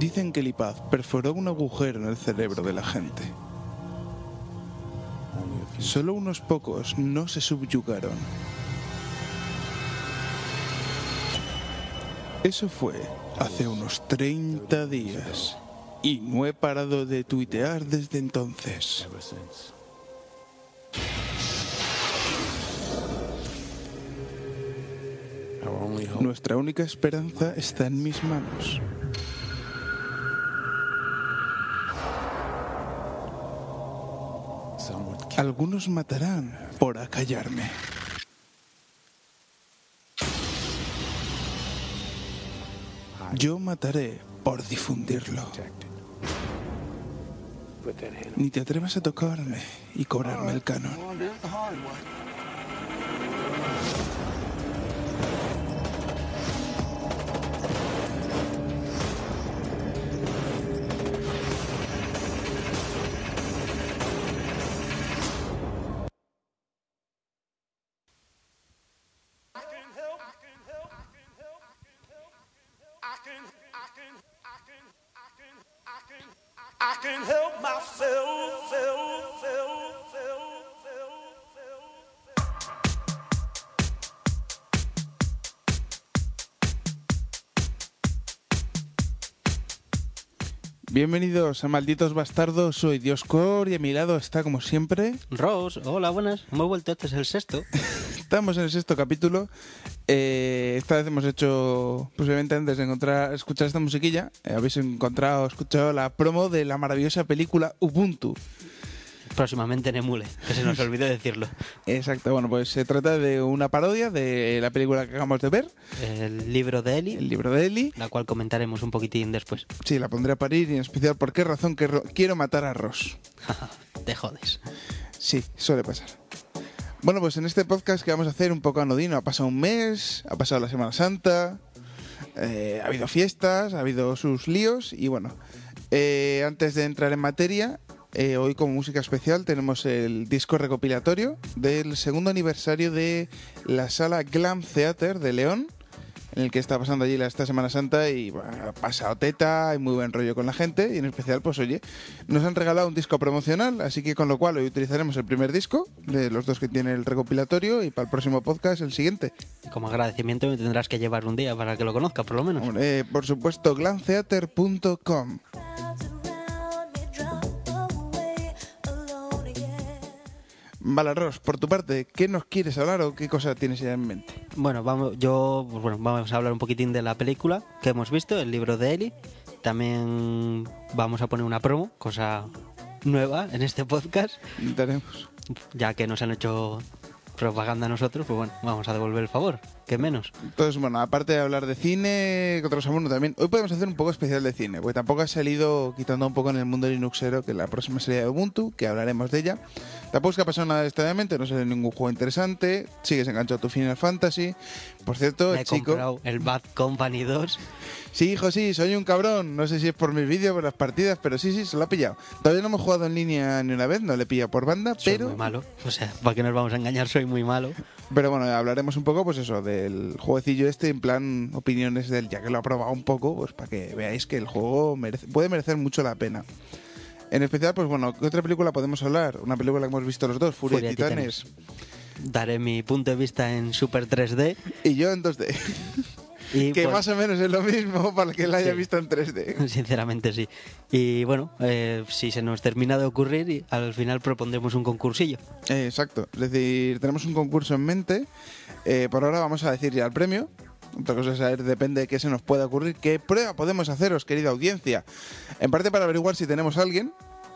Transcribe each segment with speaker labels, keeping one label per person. Speaker 1: Dicen que Lipaz perforó un agujero en el cerebro de la gente. Solo unos pocos no se subyugaron. Eso fue hace unos 30 días y no he parado de tuitear desde entonces. Nuestra única esperanza está en mis manos. Algunos matarán por acallarme. Yo mataré por difundirlo. Ni te atrevas a tocarme y cobrarme el canon. Bienvenidos a Malditos Bastardos, soy Dioscor y a mi lado está como siempre.
Speaker 2: Rose, hola, buenas. Hemos vuelto, este es el sexto.
Speaker 1: Estamos en el sexto capítulo. Eh, esta vez hemos hecho, posiblemente antes de encontrar, escuchar esta musiquilla, eh, habéis encontrado, escuchado la promo de la maravillosa película Ubuntu.
Speaker 2: Próximamente en Emule, que se nos olvidó decirlo.
Speaker 1: Exacto, bueno, pues se trata de una parodia de la película que acabamos de ver,
Speaker 2: El libro de Eli,
Speaker 1: el libro de Eli.
Speaker 2: la cual comentaremos un poquitín después.
Speaker 1: Sí, la pondré a parir y en especial por qué razón que ro- quiero matar a Ross.
Speaker 2: Te jodes.
Speaker 1: Sí, suele pasar. Bueno, pues en este podcast que vamos a hacer un poco anodino, ha pasado un mes, ha pasado la Semana Santa, eh, ha habido fiestas, ha habido sus líos y bueno, eh, antes de entrar en materia, eh, hoy como música especial tenemos el disco recopilatorio del segundo aniversario de la sala Glam Theater de León, en el que está pasando allí la- esta Semana Santa y bueno, ha pasado teta, hay muy buen rollo con la gente y en especial, pues oye, nos han regalado un disco promocional, así que con lo cual hoy utilizaremos el primer disco de los dos que tiene el recopilatorio y para el próximo podcast el siguiente.
Speaker 2: Y Como agradecimiento me tendrás que llevar un día para que lo conozca, por lo menos.
Speaker 1: Hombre, eh, por supuesto, glamtheater.com. Malarros, por tu parte, ¿qué nos quieres hablar o qué cosa tienes ya en mente?
Speaker 2: Bueno, vamos, yo, pues bueno, vamos a hablar un poquitín de la película que hemos visto, el libro de Eli. También vamos a poner una promo, cosa nueva en este podcast,
Speaker 1: Intentaremos.
Speaker 2: ya que nos han hecho propaganda a nosotros, pues bueno, vamos a devolver el favor, que menos.
Speaker 1: Entonces, bueno, aparte de hablar de cine, que otros amor también, hoy podemos hacer un poco especial de cine, porque tampoco ha salido quitando un poco en el mundo linuxero que la próxima sería de Ubuntu, que hablaremos de ella. Tampoco es que ha pasado nada extrañamente, no sale ningún juego interesante, sigues enganchado a tu Final Fantasy. Por cierto,
Speaker 2: Me he
Speaker 1: el chico.
Speaker 2: comprado el Bad Company 2
Speaker 1: Sí, hijo, sí, soy un cabrón. No sé si es por mis vídeos, por las partidas, pero sí, sí, se lo ha pillado. Todavía no hemos jugado en línea ni una vez, no le pilla por banda,
Speaker 2: Soy
Speaker 1: pero.
Speaker 2: muy malo. O sea, ¿para qué nos vamos a engañar? Soy muy malo.
Speaker 1: Pero bueno, hablaremos un poco, pues eso, del jueguecillo este, en plan opiniones del ya que lo ha probado un poco, pues para que veáis que el juego merece- puede merecer mucho la pena. En especial, pues bueno, ¿qué otra película podemos hablar? Una película que hemos visto los dos, Furia,
Speaker 2: Furia
Speaker 1: de
Speaker 2: de
Speaker 1: Titanes.
Speaker 2: Daré mi punto de vista en Super 3D.
Speaker 1: Y yo en 2D.
Speaker 2: Y
Speaker 1: que
Speaker 2: pues,
Speaker 1: más o menos es lo mismo para el que la haya
Speaker 2: Sí.
Speaker 1: visto en 3D.
Speaker 2: Sinceramente sí. Y bueno, eh, si se nos termina de ocurrir, y al final propondremos un concursillo.
Speaker 1: Eh, exacto. Es decir, tenemos un concurso en mente. Eh, por ahora vamos a decir ya el premio. Otra cosa es saber, depende de qué se nos pueda ocurrir, qué prueba podemos haceros, querida audiencia. En parte para averiguar si tenemos a alguien,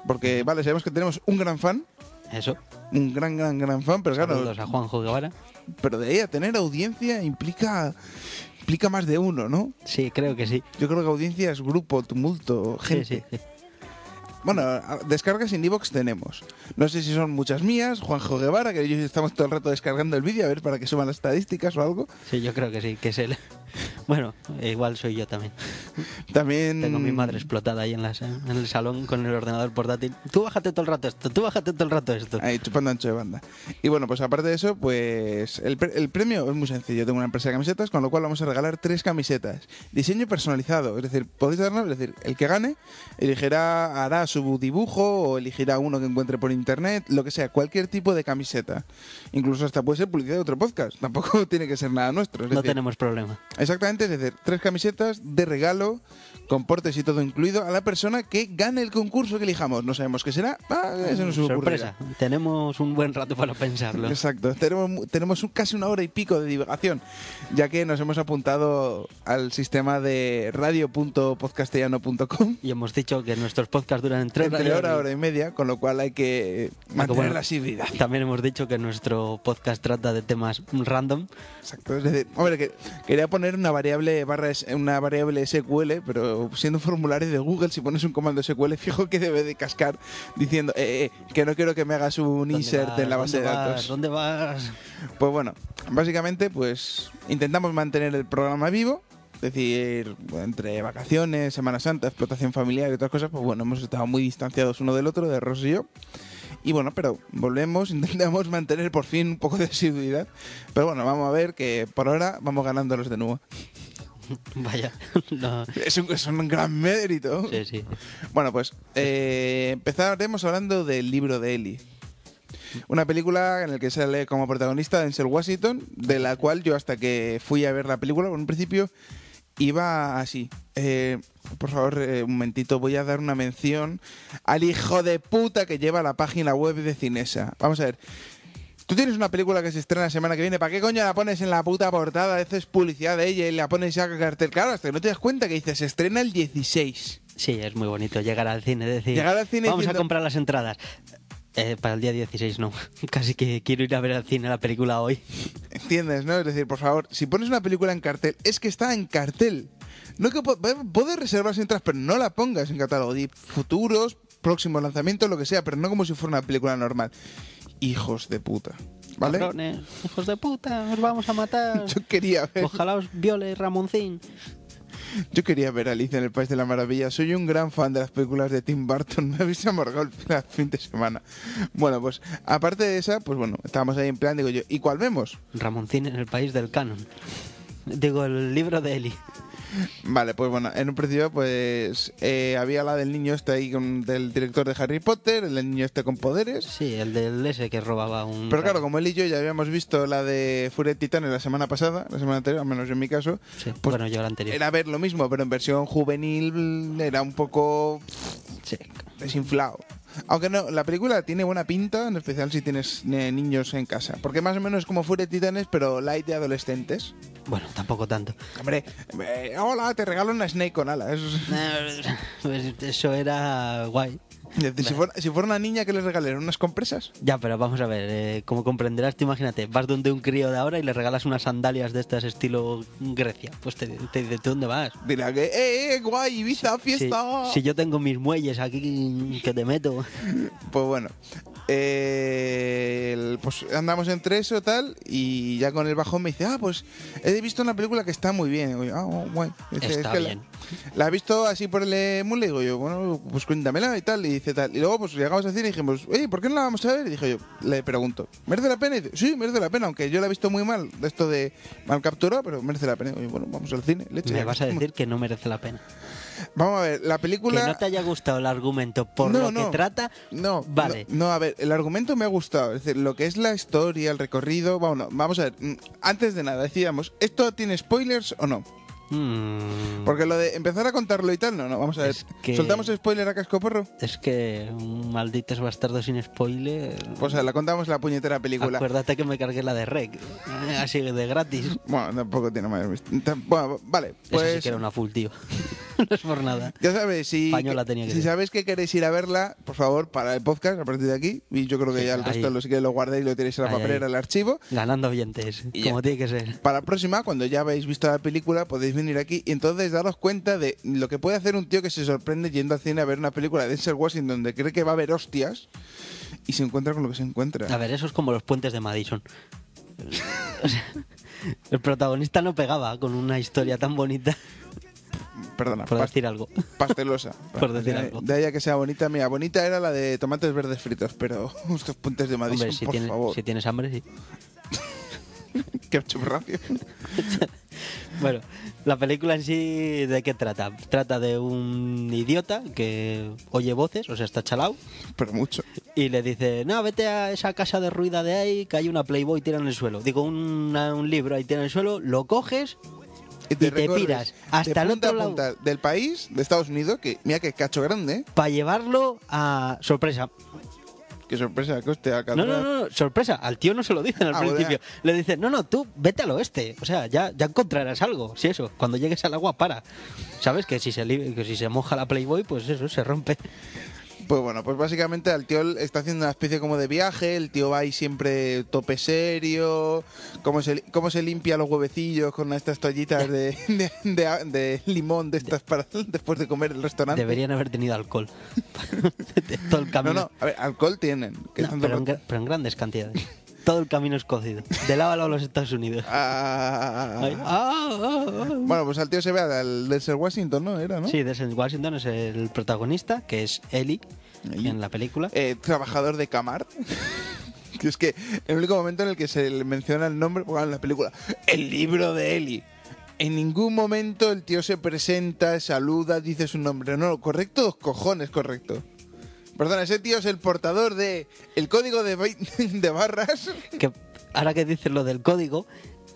Speaker 1: porque vale, sabemos que tenemos un gran fan,
Speaker 2: Eso.
Speaker 1: un gran, gran, gran fan, pero claro,
Speaker 2: Saludos a Juanjo Guevara.
Speaker 1: Pero de ahí a tener audiencia implica, implica más de uno, ¿no?
Speaker 2: Sí, creo que sí.
Speaker 1: Yo creo que audiencia es grupo, tumulto, gente.
Speaker 2: Sí, sí.
Speaker 1: Bueno, a- descargas en iVoox tenemos. No sé si son muchas mías, Juanjo Guevara, que ellos estamos todo el rato descargando el vídeo a ver para que suban las estadísticas o algo.
Speaker 2: Sí, yo creo que sí, que es él. Bueno, igual soy yo también.
Speaker 1: También...
Speaker 2: Tengo a mi madre
Speaker 1: Mm.
Speaker 2: explotada ahí en, la sa- en el salón con el ordenador portátil. Tú bájate todo el rato esto, tú bájate todo el rato esto.
Speaker 1: Ahí, chupando ancho de banda. Y bueno, pues aparte de eso, pues el, pre- el premio es muy sencillo. Tengo una empresa de camisetas, con lo cual vamos a regalar tres camisetas. Diseño personalizado, es decir, podéis darnos, es decir, el que gane elegirá, hará su dibujo o elegirá uno que encuentre por internet, lo que sea, cualquier tipo de camiseta. Incluso hasta puede ser publicidad de otro podcast, tampoco tiene que ser nada nuestro. es
Speaker 2: No
Speaker 1: decir,
Speaker 2: tenemos problema.
Speaker 1: Exactamente, es decir, tres camisetas de regalo, con portes y todo incluido, a la persona que gane el concurso que elijamos. No sabemos qué será, ah, eso nos ocurrirá.
Speaker 2: Sorpresa, tenemos un buen rato para pensarlo.
Speaker 1: Exacto, tenemos, mu- tenemos un- casi una hora y pico de divagación, ya que nos hemos apuntado al sistema de radio.podcastellano.com
Speaker 2: Y hemos dicho que nuestros podcasts duran entre horas.
Speaker 1: entre hora, hora y media, con lo cual hay que mantener
Speaker 2: Ah, bueno.
Speaker 1: la asiduidad.
Speaker 2: También hemos dicho que nuestro podcast trata de temas random.
Speaker 1: Exacto, es decir, hombre, que, quería poner una variable barra es- una variable SQL, pero siendo un formulario de Google, si pones un comando SQL, fijo que debe de cascar diciendo eh, eh, que no quiero que me hagas un
Speaker 2: ¿Dónde
Speaker 1: insert
Speaker 2: vas?
Speaker 1: en la base de
Speaker 2: ¿Dónde vas?
Speaker 1: datos.
Speaker 2: ¿Dónde vas?
Speaker 1: Pues bueno, básicamente pues intentamos mantener el programa vivo, es decir, entre vacaciones, Semana Santa, explotación familiar y otras cosas, pues bueno, hemos estado muy distanciados uno del otro, de Ross y yo. Y bueno, pero volvemos, intentamos mantener por fin un poco de asiduidad. Pero bueno, vamos a ver que por ahora vamos ganándolos de nuevo.
Speaker 2: Vaya, no.
Speaker 1: Es un, es un gran mérito.
Speaker 2: Sí, sí.
Speaker 1: Bueno, pues eh, empezaremos hablando del libro de Eli. Una película en la que sale como protagonista Denzel Washington, de la cual yo hasta que fui a ver la película, en un principio iba así. eh, por favor, eh, un momentito, voy a dar una mención al hijo de puta que lleva la página web de Cinesa. Vamos a ver. Tú tienes una película que se estrena la semana que viene, ¿para qué coño la pones en la puta portada? Haces publicidad de ella y la pones ya con cartel. Claro, hasta que no te das cuenta que dices, se estrena el 16.
Speaker 2: Sí, es muy bonito llegar al cine, decir,
Speaker 1: Llegar al cine
Speaker 2: vamos
Speaker 1: diciendo-
Speaker 2: a comprar las entradas. Eh, para el día 16 no, casi que quiero ir a ver al cine la película hoy.
Speaker 1: ¿Entiendes, no? Es decir, por favor, si pones una película en cartel, es que está en cartel. No que po- po- puedes reservar entradas, pero no la pongas en catálogo. Di futuros, próximos lanzamientos, lo que sea, pero no como si fuera una película normal. Hijos de puta. ¿Vale?
Speaker 2: Cabrones, hijos de puta, os vamos a matar.
Speaker 1: Yo quería ver.
Speaker 2: Ojalá os viole Ramoncín.
Speaker 1: Yo quería ver Alicia en el País de la Maravilla. Soy un gran fan de las películas de Tim Burton. Me habéis amargado el plan- fin de semana. Bueno, pues aparte de esa, pues bueno, estábamos ahí en plan, digo yo, ¿y cuál vemos?
Speaker 2: Ramoncín en el país del canon. Digo, el libro de Eli.
Speaker 1: Vale, pues bueno, en un principio pues eh, había la del niño este ahí con- del director de Harry Potter, el del niño este con poderes.
Speaker 2: Sí, el del ese que robaba un...
Speaker 1: Pero claro, como él y yo ya habíamos visto la de Furia de Titanes la semana pasada, la semana anterior, al menos yo en mi caso,
Speaker 2: Sí,
Speaker 1: pues
Speaker 2: bueno, yo el anterior.
Speaker 1: era ver lo mismo, pero en versión juvenil era un poco
Speaker 2: Sí.
Speaker 1: desinflado. Aunque no, la película tiene buena pinta, en especial si tienes eh, niños en casa. Porque más o menos es como Furia de Titanes, pero light de adolescentes.
Speaker 2: Bueno, tampoco tanto.
Speaker 1: Hombre, eh, hola, te regalo una Snake con alas.
Speaker 2: Pues Eso era guay.
Speaker 1: Es decir, si, fuera, si fuera una niña que les regalaron unas compresas,
Speaker 2: Ya, pero vamos a ver, eh, como comprenderás, tú imagínate, vas donde un crío de ahora y le regalas unas sandalias de estas estilo Grecia. Pues te, te dice, ¿tú dónde vas?
Speaker 1: dirá que, ¡eh, eh, guay, Ibiza,
Speaker 2: Si,
Speaker 1: fiesta!
Speaker 2: si yo tengo mis muelles aquí que te meto.
Speaker 1: Pues bueno, eh, el- pues andamos entre eso tal, y ya con el bajón me dice, ah, pues he visto una película que está muy bien. Y digo yo, ah, oh, guay. Dice,
Speaker 2: Está
Speaker 1: que la-
Speaker 2: bien.
Speaker 1: La, he visto así por el emule, le digo yo, bueno, pues cuéntamela y tal, y dice tal. Y luego pues llegamos al cine y dijimos, oye, ¿por qué no la vamos a ver? Y dije yo, le pregunto, ¿merece la pena? Y dice, sí, merece la pena, aunque yo la he visto muy mal, esto de mal captura, pero merece la pena. Y digo, bueno, vamos al cine, leche.
Speaker 2: Me
Speaker 1: ya
Speaker 2: vas a
Speaker 1: que estamos".
Speaker 2: decir que no merece la pena.
Speaker 1: Vamos a ver, la
Speaker 2: Que
Speaker 1: película...
Speaker 2: no te haya gustado el argumento por
Speaker 1: No,
Speaker 2: lo
Speaker 1: no.
Speaker 2: que trata.
Speaker 1: No,
Speaker 2: Vale.
Speaker 1: No, no, a ver, el argumento me ha gustado. Es decir, lo que es la historia, el recorrido. Bueno, vamos a ver. mm, Antes de nada, decíamos, ¿esto tiene spoilers o no?
Speaker 2: Mm,
Speaker 1: Porque lo de empezar a contarlo y tal, no, no, vamos a ver.
Speaker 2: Es que-
Speaker 1: ¿Soltamos spoiler a cascoporro?
Speaker 2: Es que un malditos bastardo sin spoiler.
Speaker 1: Pues la contamos la puñetera película.
Speaker 2: Acuérdate que me cargué la de Rec. eh, Así de gratis.
Speaker 1: Bueno, tampoco tiene más. tam- Bueno, vale,
Speaker 2: Eso sí
Speaker 1: pues.
Speaker 2: que era una full, tío. no es por nada.
Speaker 1: Ya sabes, si,
Speaker 2: Española tenía que
Speaker 1: si
Speaker 2: ser.
Speaker 1: sabéis que queréis ir a verla, por favor, para el podcast a partir de aquí. Y yo creo que
Speaker 2: Sí,
Speaker 1: ya el
Speaker 2: ahí.
Speaker 1: resto lo, sí que lo guardéis, lo tiréis a la
Speaker 2: Ahí,
Speaker 1: papelera,
Speaker 2: ahí.
Speaker 1: al archivo.
Speaker 2: Ganando oyentes,
Speaker 1: Y ya.
Speaker 2: como tiene que ser.
Speaker 1: Para la próxima, cuando ya habéis visto la película, podéis venir aquí y entonces daros cuenta de lo que puede hacer un tío que se sorprende yendo al cine a ver una película de Denzel Washington donde cree que va a haber hostias y se encuentra con lo que se encuentra.
Speaker 2: A ver, eso es como los puentes de Madison. O sea, el protagonista no pegaba con una historia tan bonita,
Speaker 1: Perdona,
Speaker 2: por
Speaker 1: pas-
Speaker 2: decir algo.
Speaker 1: pastelosa.
Speaker 2: Por decir
Speaker 1: de,
Speaker 2: algo.
Speaker 1: de ahí a que sea bonita, mira, bonita era la de tomates verdes fritos, pero estos puntos de Madison,
Speaker 2: Hombre, si,
Speaker 1: por
Speaker 2: tiene-
Speaker 1: favor,
Speaker 2: si tienes hambre, sí.
Speaker 1: qué churracio.
Speaker 2: Bueno, la película en sí, ¿de qué trata? Trata de un idiota que oye voces, o sea, está chalao,
Speaker 1: pero mucho.
Speaker 2: y le dice, no, vete a esa casa derruida de ahí, que hay una Playboy tirada en el suelo. Digo, una- un libro ahí tirado en el suelo, lo coges
Speaker 1: Y te,
Speaker 2: Y te
Speaker 1: recorres
Speaker 2: piras
Speaker 1: de
Speaker 2: hasta el
Speaker 1: punta
Speaker 2: otro
Speaker 1: a punta del país, de Estados Unidos, que mira qué cacho grande,
Speaker 2: para llevarlo a... Sorpresa,
Speaker 1: qué sorpresa, que hostia,
Speaker 2: No,
Speaker 1: Alcatraz.
Speaker 2: no, no, no, sorpresa, al tío no se lo dicen al
Speaker 1: Ah, bueno,
Speaker 2: principio. Le dicen, no, no, tú vete al oeste, o sea, ya, ya encontrarás algo, si eso, cuando llegues al agua para. ¿Sabes? Que si se, li- que si se moja la Playboy, pues eso, se rompe.
Speaker 1: Pues bueno, pues básicamente al tío está haciendo una especie como de viaje, el tío va ahí siempre tope serio, cómo se, li- cómo se limpia los huevecillos con estas toallitas de, de- de- de limón de estas para después de comer el restaurante.
Speaker 2: Deberían haber tenido alcohol. Todo el
Speaker 1: no,
Speaker 2: camino.
Speaker 1: no, a ver, alcohol tienen. que
Speaker 2: No,
Speaker 1: tanto
Speaker 2: pero, en,
Speaker 1: pot-
Speaker 2: gra- pero en grandes cantidades. Todo el camino es cocido. De lado a lado los Estados Unidos.
Speaker 1: Ah,
Speaker 2: Ay, ah, ah, ah.
Speaker 1: Bueno, pues al tío se ve al de Sir Washington, ¿no? Era, ¿no?
Speaker 2: Sí, Denzel Washington es el protagonista, que es Ellie,
Speaker 1: Ellie.
Speaker 2: en la película.
Speaker 1: Eh, trabajador de Camar. que es que el único momento en el que se le menciona el nombre, bueno, en la película, el libro de Eli. En ningún momento el tío se presenta, saluda, dice su nombre. No, correcto, dos cojones, correcto. Perdona, ese tío es el portador de el código de, bai- de barras.
Speaker 2: que ahora que dices lo del código,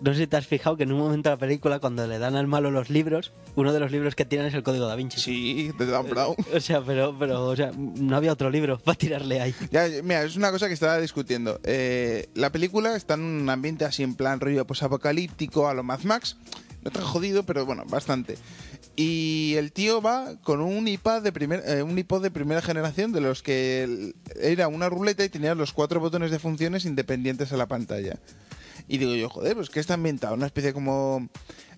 Speaker 2: no sé si te has fijado que en un momento de la película, cuando le dan al malo los libros, uno de los libros que tiran es el código da Vinci.
Speaker 1: Sí, de Dan Brown.
Speaker 2: O sea, pero, pero o sea, no había otro libro para tirarle ahí.
Speaker 1: Ya, mira, es una cosa que estaba discutiendo. Eh, la película está en un ambiente así en plan rollo posapocalíptico a lo Mad Max. No tan jodido, pero bueno, bastante. Y el tío va con un iPad de primer, eh, un iPod de primera generación de los que el- era una ruleta y tenía los cuatro botones de funciones independientes a la pantalla. Y digo yo, joder, pues que está ambientado una especie como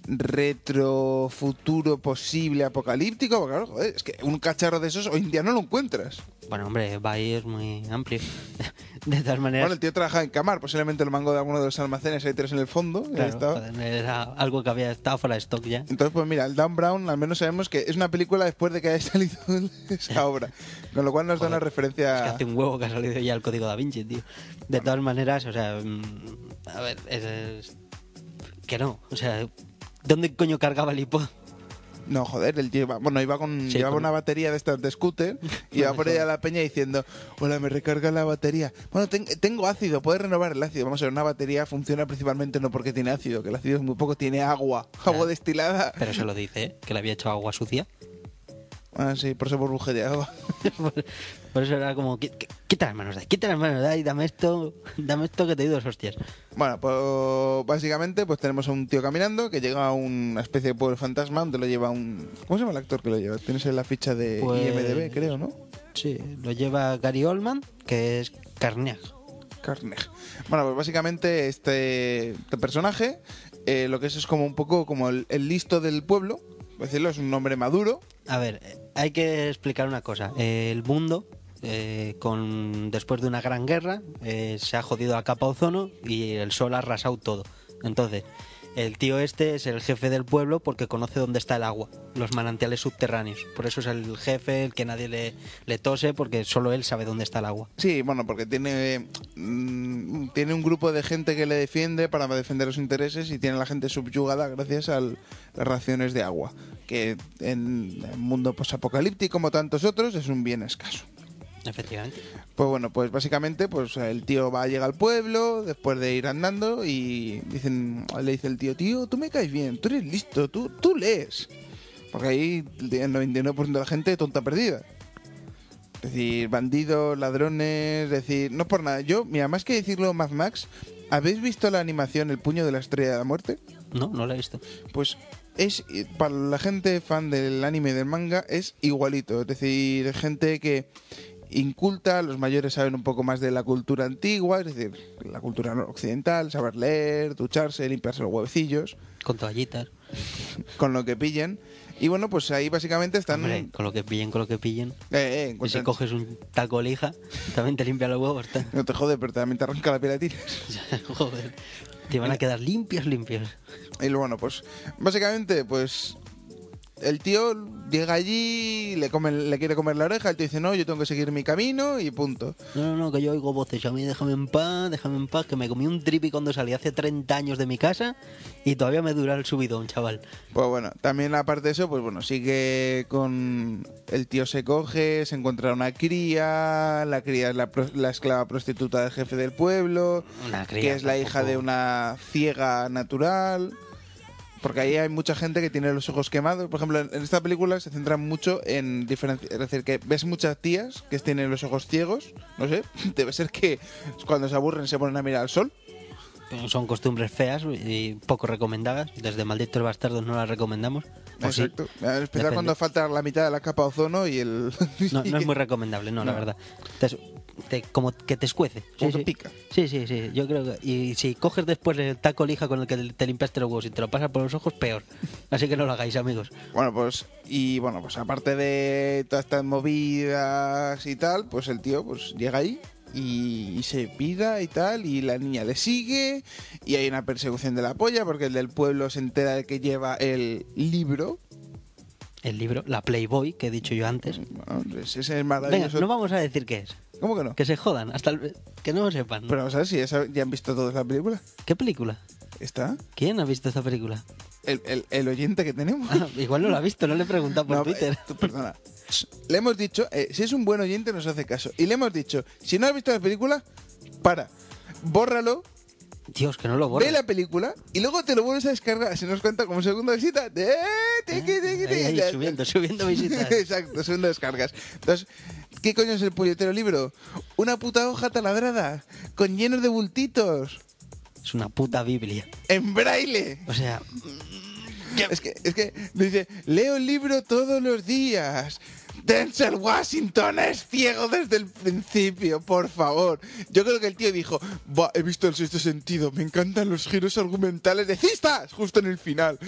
Speaker 1: retro, futuro posible, apocalíptico. Porque claro, joder, es que un cacharro de esos hoy en día no lo encuentras.
Speaker 2: Bueno, hombre, va ahí es muy amplio. De todas maneras,
Speaker 1: Bueno, el tío trabaja en Camar, posiblemente el mango de alguno de los almacenes, hay tres en el fondo. y ahí
Speaker 2: claro,
Speaker 1: estaba.
Speaker 2: joder, era algo que había estado fuera de stock ya.
Speaker 1: Entonces, pues mira, el Dan Brown al menos sabemos que es una película después de que haya salido esa obra. Con lo cual nos da
Speaker 2: Joder,
Speaker 1: una
Speaker 2: Es que
Speaker 1: referencia...
Speaker 2: hace un huevo que ha salido ya el código da Vinci, tío. De todas maneras, o sea, mm, a ver, es, es- que no, o sea, ¿dónde coño cargaba el iPod?
Speaker 1: No, joder, el tío iba, bueno, iba con,
Speaker 2: Sí,
Speaker 1: llevaba
Speaker 2: con-
Speaker 1: una batería de estas de scooter y iba por ahí a la peña diciendo, hola, me recarga la batería. Bueno, ten- tengo ácido, puedes renovar el ácido. Vamos a ver, una batería funciona principalmente no porque tiene ácido, que el ácido es muy poco, tiene agua, agua
Speaker 2: Claro.
Speaker 1: destilada.
Speaker 2: Pero se lo dice, ¿eh? que le había hecho agua sucia.
Speaker 1: Ah, sí, por eso burbujeaba.
Speaker 2: Por, por eso era como, "Qui- qui- quita las manos de ahí, quita las manos de ahí, dame esto, dame esto que te doy dos hostias.
Speaker 1: Bueno, pues básicamente pues tenemos a un tío caminando que llega a una especie de pueblo fantasma donde lo lleva un... ¿Cómo se llama el actor que lo lleva? Tienes ahí la ficha de
Speaker 2: Pues-
Speaker 1: IMDB, creo, ¿no?
Speaker 2: Sí, lo lleva Gary Oldman, que es Carneag.
Speaker 1: Carnage. Bueno, pues básicamente este, este personaje eh, lo que es es como un poco como el, el listo del pueblo, por decirlo, es un hombre maduro.
Speaker 2: A ver, eh, hay que explicar una cosa. Eh, El mundo, eh, con después de una gran guerra, eh, se ha jodido la capa ozono y el sol ha arrasado todo. Entonces, el tío este es el jefe del pueblo porque conoce dónde está el agua, los manantiales subterráneos. Por eso es el jefe, el que nadie le, le tose, porque solo él sabe dónde está el agua.
Speaker 1: Sí, bueno, porque tiene, mm, tiene un grupo de gente que le defiende para defender los intereses y tiene a la gente subyugada gracias a las raciones de agua, que en el mundo posapocalíptico, como tantos otros, es un bien escaso.
Speaker 2: Efectivamente.
Speaker 1: Pues bueno, pues básicamente, pues el tío va a llegar al pueblo, después de ir andando, y dicen, le dice el tío, tío, tú me caes bien, tú eres listo, tú, tú lees. Porque ahí el 99% de la gente tonta perdida. Es decir, bandidos, ladrones, es decir, no es por nada. Yo, mira, más que decirlo Mad Max, ¿habéis visto la animación El puño de la estrella de la muerte?
Speaker 2: No, no la he visto.
Speaker 1: Pues es eh, para la gente fan del anime y del manga es igualito, es decir, gente que inculta, los mayores saben un poco más de la cultura antigua, es decir, la cultura occidental, saber leer, ducharse, limpiarse los huevecillos,
Speaker 2: Con toallitas.
Speaker 1: con lo que pillen. Y bueno, pues ahí básicamente están
Speaker 2: Hombre, con lo que pillen, con lo que pillen.
Speaker 1: Eh, eh, en
Speaker 2: Y si
Speaker 1: cuanto-
Speaker 2: coges un taco lija, también te limpia los huevos. ta-
Speaker 1: no te jode, pero también te arranca la piel a ti.
Speaker 2: Pues Joder. Te van a quedar limpios, limpios.
Speaker 1: Y bueno, pues básicamente, pues el tío llega allí, le, comen- le quiere comer la oreja, el tío dice, no, yo tengo que seguir mi camino y punto.
Speaker 2: No, no, no, que yo oigo voces. A mí déjame en paz, déjame en paz. Que me comí un tripi cuando salí hace 30 años de mi casa y todavía me dura el subidón, chaval.
Speaker 1: Pues bueno, también aparte de eso, pues bueno, sigue con... El tío se coge, se encuentra una cría, la cría es la, pro- la esclava prostituta del jefe del pueblo,
Speaker 2: Una cría,
Speaker 1: que es la hija
Speaker 2: tampoco.
Speaker 1: de una ciega natural, porque ahí hay mucha gente que tiene los ojos quemados. Por ejemplo, en en esta película se centra mucho en diferenciar, es decir, que ves muchas tías que tienen los ojos ciegos, no sé, debe ser que cuando se aburren se ponen a mirar al sol.
Speaker 2: Son costumbres feas y poco recomendadas. Desde Malditos Bastardos no las recomendamos. O Pues sí.
Speaker 1: Exacto. En especial
Speaker 2: Depende.
Speaker 1: cuando falta la mitad de la capa de ozono y el...
Speaker 2: No, no es muy recomendable, no, la
Speaker 1: No.
Speaker 2: verdad. Te- te- como que te escuece.
Speaker 1: Como
Speaker 2: Sí,
Speaker 1: que
Speaker 2: sí.
Speaker 1: pica.
Speaker 2: Sí, sí, sí. Yo creo que. Y si coges después el taco lija con el que te limpiaste los huevos y te lo pasas por los ojos, peor. Así que no lo hagáis, amigos.
Speaker 1: Bueno, pues, y bueno, pues aparte de todas estas movidas y tal, pues el tío pues llega ahí y, y se pira y tal, y la niña le sigue, y hay una persecución de la polla, porque el del pueblo se entera de que lleva el libro.
Speaker 2: El libro, la Playboy, que he dicho yo antes.
Speaker 1: Bueno, pues ese es
Speaker 2: Venga,
Speaker 1: maravilloso.
Speaker 2: no vamos a decir qué es.
Speaker 1: ¿Cómo que no?
Speaker 2: Que se jodan, hasta el- que no lo sepan.
Speaker 1: Pero vamos a ver si esa- ya han visto todos la película.
Speaker 2: ¿Qué película?
Speaker 1: ¿Está?
Speaker 2: ¿Quién ha visto esta película?
Speaker 1: El, el- el oyente que tenemos.
Speaker 2: Ah, igual no la ha visto, no le he preguntado por
Speaker 1: No,
Speaker 2: Twitter.
Speaker 1: eh, tú, perdona. Le hemos dicho, eh, si es un buen oyente nos hace caso. Y le hemos dicho, si no has visto la película, para, bórralo,
Speaker 2: Dios, que no lo borra.
Speaker 1: ve la película y luego te lo vuelves a descargar. Si nos cuenta como segunda visita, de... eh, tiqui, tiqui, tiqui,
Speaker 2: Eh, Ahí,
Speaker 1: ya-
Speaker 2: ahí, subiendo, subiendo visitas.
Speaker 1: Exacto, segunda descargas. Entonces, ¿qué coño es el puñetero libro? Una puta hoja taladrada, con lleno de bultitos,
Speaker 2: Es una puta Biblia.
Speaker 1: en braille.
Speaker 2: O sea,
Speaker 1: Es que, es que dice, leo el libro todos los días. Denzel Washington es ciego desde el principio, por favor. Yo creo que el tío dijo, "Buah, he visto el sexto sentido, me encantan los giros argumentales de cistas, justo en el final.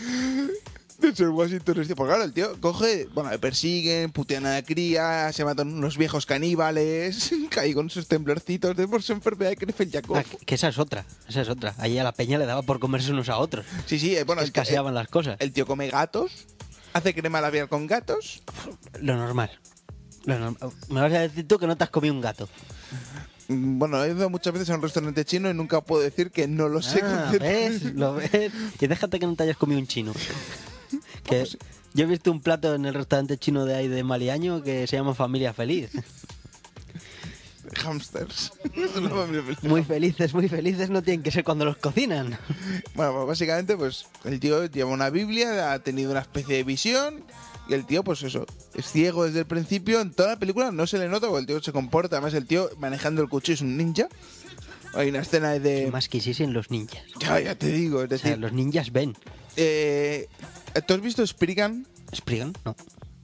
Speaker 1: Denzel Washington es ciego. Porque claro, el tío coge, bueno, le persiguen, putean a la cría, se matan unos viejos caníbales, cae con sus temblorcitos de por su enfermedad de Crefeld Jacob.
Speaker 2: ah, que- que esa es otra. Esa es otra. Allí a la peña le daba por comerse unos a otros.
Speaker 1: Sí, sí, eh, bueno, el, el,
Speaker 2: Escaseaban las cosas.
Speaker 1: el tío come gatos, hace crema labial con gatos.
Speaker 2: Lo normal. Lo normal. Me vas a decir tú que no te has comido un gato.
Speaker 1: Mm, Bueno, he ido muchas veces a un restaurante chino y nunca puedo decir que no lo sé.
Speaker 2: Ah,
Speaker 1: con
Speaker 2: ¿ves?
Speaker 1: certeza.
Speaker 2: Lo ves. Y déjate que no te hayas comido un chino. Que yo he visto un plato en el restaurante chino de ahí de Maliaño que se llama Familia Feliz.
Speaker 1: Hamsters. No, hombre, pero-
Speaker 2: Muy felices, muy felices no tienen que ser cuando los cocinan.
Speaker 1: bueno, pues básicamente, pues el tío lleva una Biblia, ha tenido una especie de visión y el tío, pues eso, es ciego desde el principio. En toda la película no se le nota porque el tío se comporta. Además, el tío manejando el cuchillo es un ninja. Hay una escena de...
Speaker 2: Más quisiesen los ninjas.
Speaker 1: Ya, ya te digo, es
Speaker 2: O sea,
Speaker 1: decir...
Speaker 2: los ninjas ven.
Speaker 1: eh, ¿Tú has visto Spriggan?
Speaker 2: ¿Explican? No.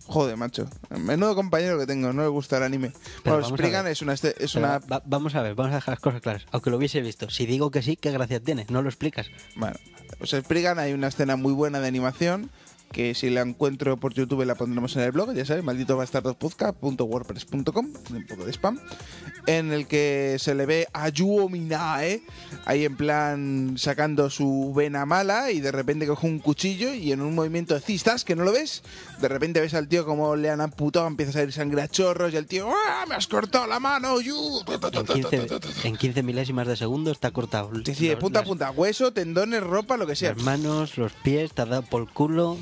Speaker 1: Joder, macho. Menudo compañero que tengo, no le gusta el anime. bueno,
Speaker 2: vamos a
Speaker 1: Spriggan
Speaker 2: ver.
Speaker 1: es una... este- Es
Speaker 2: Pero
Speaker 1: una
Speaker 2: va- vamos a ver, vamos a dejar las cosas claras. Aunque lo hubiese visto, si digo que sí, ¿qué gracia tiene? No lo explicas.
Speaker 1: Bueno, os explican, hay una escena muy buena de animación que si la encuentro por YouTube la pondremos en el blog, ya sabes, malditobastardospodcast.wordpress.com, un poco de spam, en el que se le ve a Yuo Minae ahí en plan sacando su vena mala y de repente coge un cuchillo y en un movimiento de cistas que no lo ves, de repente ves al tío como le han amputado, empieza a salir sangre a chorros y el tío, ¡ah, me has cortado la mano, Yu!
Speaker 2: En 15, en 15 milésimas de segundo está cortado.
Speaker 1: Sí, sí, de
Speaker 2: Los-
Speaker 1: punta a
Speaker 2: las-
Speaker 1: punta, hueso, tendones, ropa, lo que sea.
Speaker 2: Las manos, los pies, te ha dado por el culo.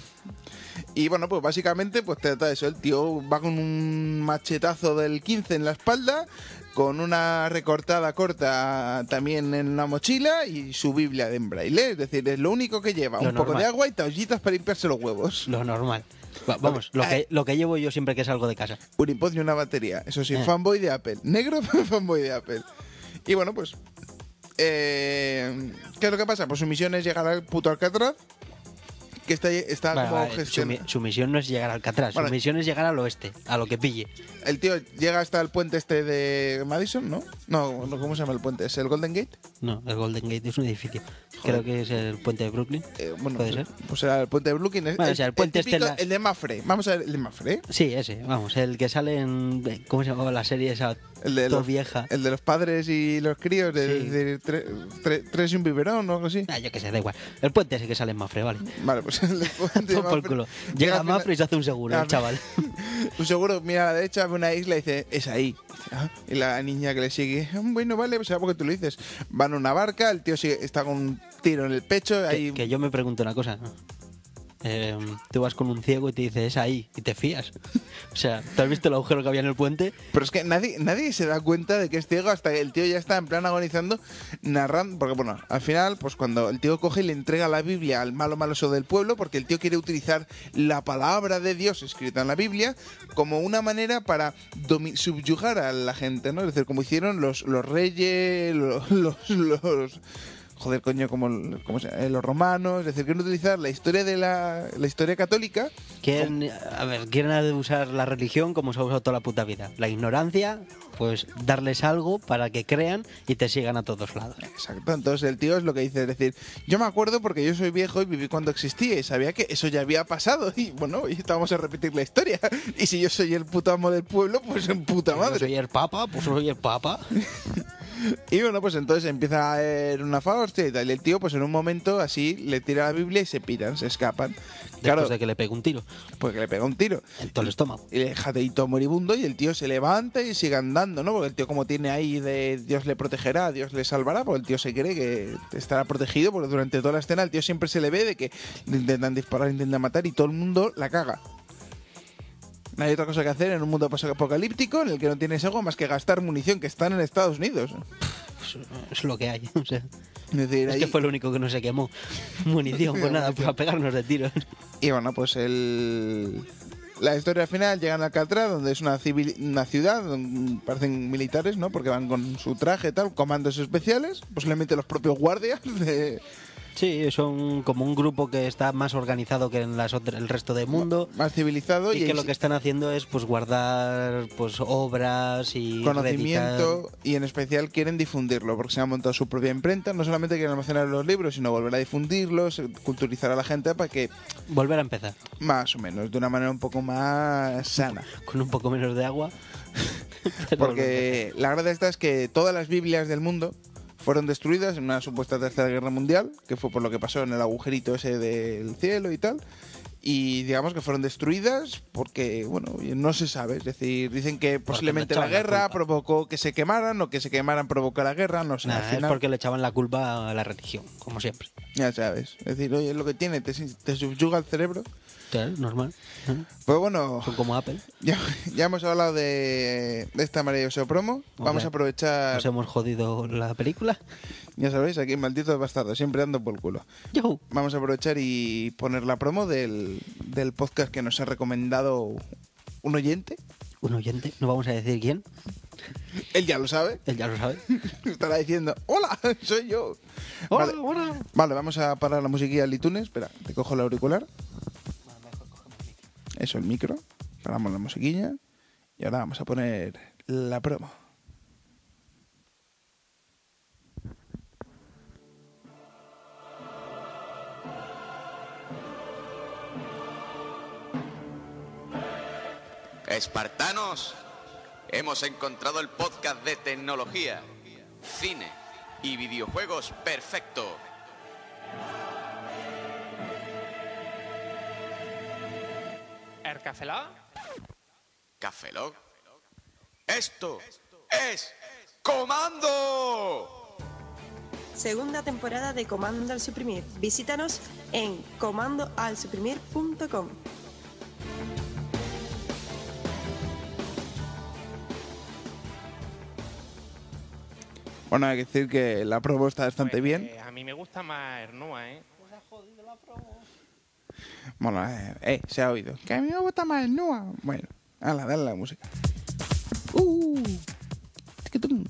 Speaker 1: Y bueno, pues básicamente pues trata de eso. El tío va con un machetazo del 15 en la espalda, con una recortada corta también en la mochila y su Biblia en braille. Es decir, es lo único que lleva.
Speaker 2: Lo
Speaker 1: un poco de
Speaker 2: normal.
Speaker 1: agua y taullitas para limpiarse los huevos.
Speaker 2: Lo normal. Va- eh, vamos, lo que, lo que llevo yo siempre que salgo de casa.
Speaker 1: Un iPod y una batería. Eso sí,
Speaker 2: Eh.
Speaker 1: fanboy de Apple. Negro fanboy de Apple. Y bueno, pues... eh, ¿Qué es lo que pasa? Pues su misión es llegar al puto Alcatraz, que está, está
Speaker 2: Vale,
Speaker 1: como
Speaker 2: vale, su, mi-
Speaker 1: gestionado.
Speaker 2: su misión no es llegar al Alcatraz,
Speaker 1: Ah, Vale.
Speaker 2: su misión es llegar al oeste, a lo que pille.
Speaker 1: El tío llega hasta el puente este de Madison, ¿no? No, no, ¿cómo se llama el puente? ¿Es el Golden Gate?
Speaker 2: No, el Golden Gate es un edificio. Creo que es el puente de Brooklyn.
Speaker 1: Eh, bueno,
Speaker 2: ¿Puede ser?
Speaker 1: pues era el puente de Brooklyn. es-
Speaker 2: Bueno, o
Speaker 1: es
Speaker 2: sea, el puente este
Speaker 1: típico-
Speaker 2: en la-
Speaker 1: el de Mafre. Vamos a ver, el de Mafre.
Speaker 2: Sí, ese, vamos, el que sale en. ¿Cómo se llamaba la serie esa?
Speaker 1: El de
Speaker 2: Todo
Speaker 1: los-
Speaker 2: vieja.
Speaker 1: El de los padres y los críos, de,
Speaker 2: Sí.
Speaker 1: de tre- tre- tres y un biberón o algo así.
Speaker 2: Ah, yo qué sé, da igual. El puente ese que sale en Mafre, vale.
Speaker 1: Vale, pues el de puente de
Speaker 2: Todo por
Speaker 1: Mapfre.
Speaker 2: culo. Llega a
Speaker 1: al final-
Speaker 2: Mafre y se hace un seguro,
Speaker 1: al
Speaker 2: el chaval.
Speaker 1: Un seguro mira a la derecha, ve una isla y dice, es ahí. Dice, "Ah". Y la niña que le sigue, bueno, vale, pues será porque tú lo dices. Van a una barca, el tío sigue- está con un tiro en el pecho.
Speaker 2: Que,
Speaker 1: ahí-
Speaker 2: que yo me pregunto una cosa. Eh, tú vas con un ciego y te dice, es ahí, y te fías. O sea, ¿tú has visto el agujero que había en el puente?
Speaker 1: Pero es que nadie, nadie se da cuenta de que es ciego hasta que el tío ya está en plan agonizando, narrando. Porque bueno, al final, pues cuando el tío coge y le entrega la Biblia al malo maloso del pueblo, porque el tío quiere utilizar la palabra de Dios escrita en la Biblia como una manera para domi- subyugar a la gente, ¿no? Es decir, como hicieron los, los reyes, los, los- los- Joder, coño, como, el- como se- eh, los romanos, es decir, quieren utilizar la historia de la, la historia católica
Speaker 2: Quieren, a ver, quieren usar la religión como se ha usado toda la puta vida. La ignorancia, pues darles algo para que crean y te sigan a todos lados.
Speaker 1: Exacto, entonces el tío es lo que dice, es decir, yo me acuerdo porque yo soy viejo y viví cuando existía y sabía que eso ya había pasado y bueno, y estábamos a repetir la historia. Y si yo soy el puto amo del pueblo, pues en puta
Speaker 2: Yo
Speaker 1: madre.
Speaker 2: soy el papa, pues soy el papa.
Speaker 1: Y bueno, pues entonces empieza a haber una faustia y tal, y el tío pues en un momento así le tira la Biblia y se piran, se escapan. Claro,
Speaker 2: Después de que le pegue un tiro
Speaker 1: porque le pega un tiro.
Speaker 2: en todo el estómago.
Speaker 1: el jadeito moribundo y el tío se levanta y sigue andando, ¿no? Porque el tío como tiene ahí de Dios le protegerá, Dios le salvará, porque el tío se cree que estará protegido, porque durante toda la escena el tío siempre se le ve de que le intentan disparar, intentan matar y todo el mundo la caga. No hay otra cosa que hacer en un mundo apocalíptico en el que no tienes algo más que gastar munición que están en Estados Unidos.
Speaker 2: Es, es lo que hay. o sea.
Speaker 1: Es decir,
Speaker 2: es
Speaker 1: ahí-
Speaker 2: que fue lo único que no se quemó. Munición, pues nada, para pegarnos de tiros.
Speaker 1: Y bueno, pues el... La historia final llegan a Alcatraz, donde es una, civil- una ciudad, donde parecen militares, ¿no? Porque van con su traje y tal, comandos especiales, posiblemente los propios guardias de...
Speaker 2: Sí, son como un grupo que está más organizado que en las otra- el resto del mundo.
Speaker 1: más civilizado y,
Speaker 2: Y que
Speaker 1: en-
Speaker 2: lo que están haciendo es pues guardar pues obras y
Speaker 1: conocimiento y en especial quieren difundirlo porque se han montado su propia imprenta, no solamente quieren almacenar los libros, sino volver a difundirlos, culturizar a la gente para que
Speaker 2: reeditar. volver a empezar
Speaker 1: más o menos, de una manera un poco más sana.
Speaker 2: con un poco menos de agua. Pero volver a empezar.
Speaker 1: Porque la verdad esta es que todas las Biblias del mundo fueron destruidas en una supuesta tercera guerra mundial, que fue por lo que pasó en el agujerito ese del cielo y tal. Y digamos que fueron destruidas porque, bueno, no se sabe. Es decir, dicen que posiblemente la
Speaker 2: echaban la
Speaker 1: guerra
Speaker 2: culpa.
Speaker 1: provocó que se quemaran o que se quemaran provocó la guerra, no sé.
Speaker 2: Nah,
Speaker 1: al final-
Speaker 2: es porque le echaban la culpa a la religión, como siempre.
Speaker 1: Ya sabes. Es decir, oye, es lo que tiene, te, te subyuga el cerebro.
Speaker 2: Claro, normal. ¿no?
Speaker 1: Pues bueno,
Speaker 2: Son como Apple.
Speaker 1: ya, ya hemos hablado de, de esta maravillosa promo. Vamos
Speaker 2: Hombre,
Speaker 1: a aprovechar,
Speaker 2: Nos hemos jodido la película.
Speaker 1: ya sabéis, aquí malditos bastardos, siempre dando por culo.
Speaker 2: Yo.
Speaker 1: Vamos a aprovechar y poner la promo del, del podcast que nos ha recomendado un oyente.
Speaker 2: Un oyente, no vamos a decir quién,
Speaker 1: Él ya lo sabe.
Speaker 2: él ya lo sabe.
Speaker 1: Estará diciendo, hola, soy yo.
Speaker 2: Hola,
Speaker 1: Vale,
Speaker 2: hola.
Speaker 1: vale, vamos a parar la musiquilla del iTunes. Espera, te cojo el auricular. Eso, el micro. Paramos la musiquilla. Y ahora vamos a poner la promo.
Speaker 3: Espartanos, hemos encontrado el podcast de tecnología, cine y videojuegos perfecto.
Speaker 4: Erkafelá,
Speaker 3: Café Lock. Esto es Comando.
Speaker 5: Segunda temporada de Comando al Suprimir. Visítanos
Speaker 4: en comandoalsuprimir.com.
Speaker 1: Bueno, hay que decir que la promo está bastante
Speaker 5: Pues,
Speaker 1: bien.
Speaker 5: eh, a mí me gusta más Ernua, ¿eh?
Speaker 1: Bueno, eh, eh, se ha oído. Que a mí me gusta más el Nua. Bueno, ala, dale la música. Uh. Tiquitum.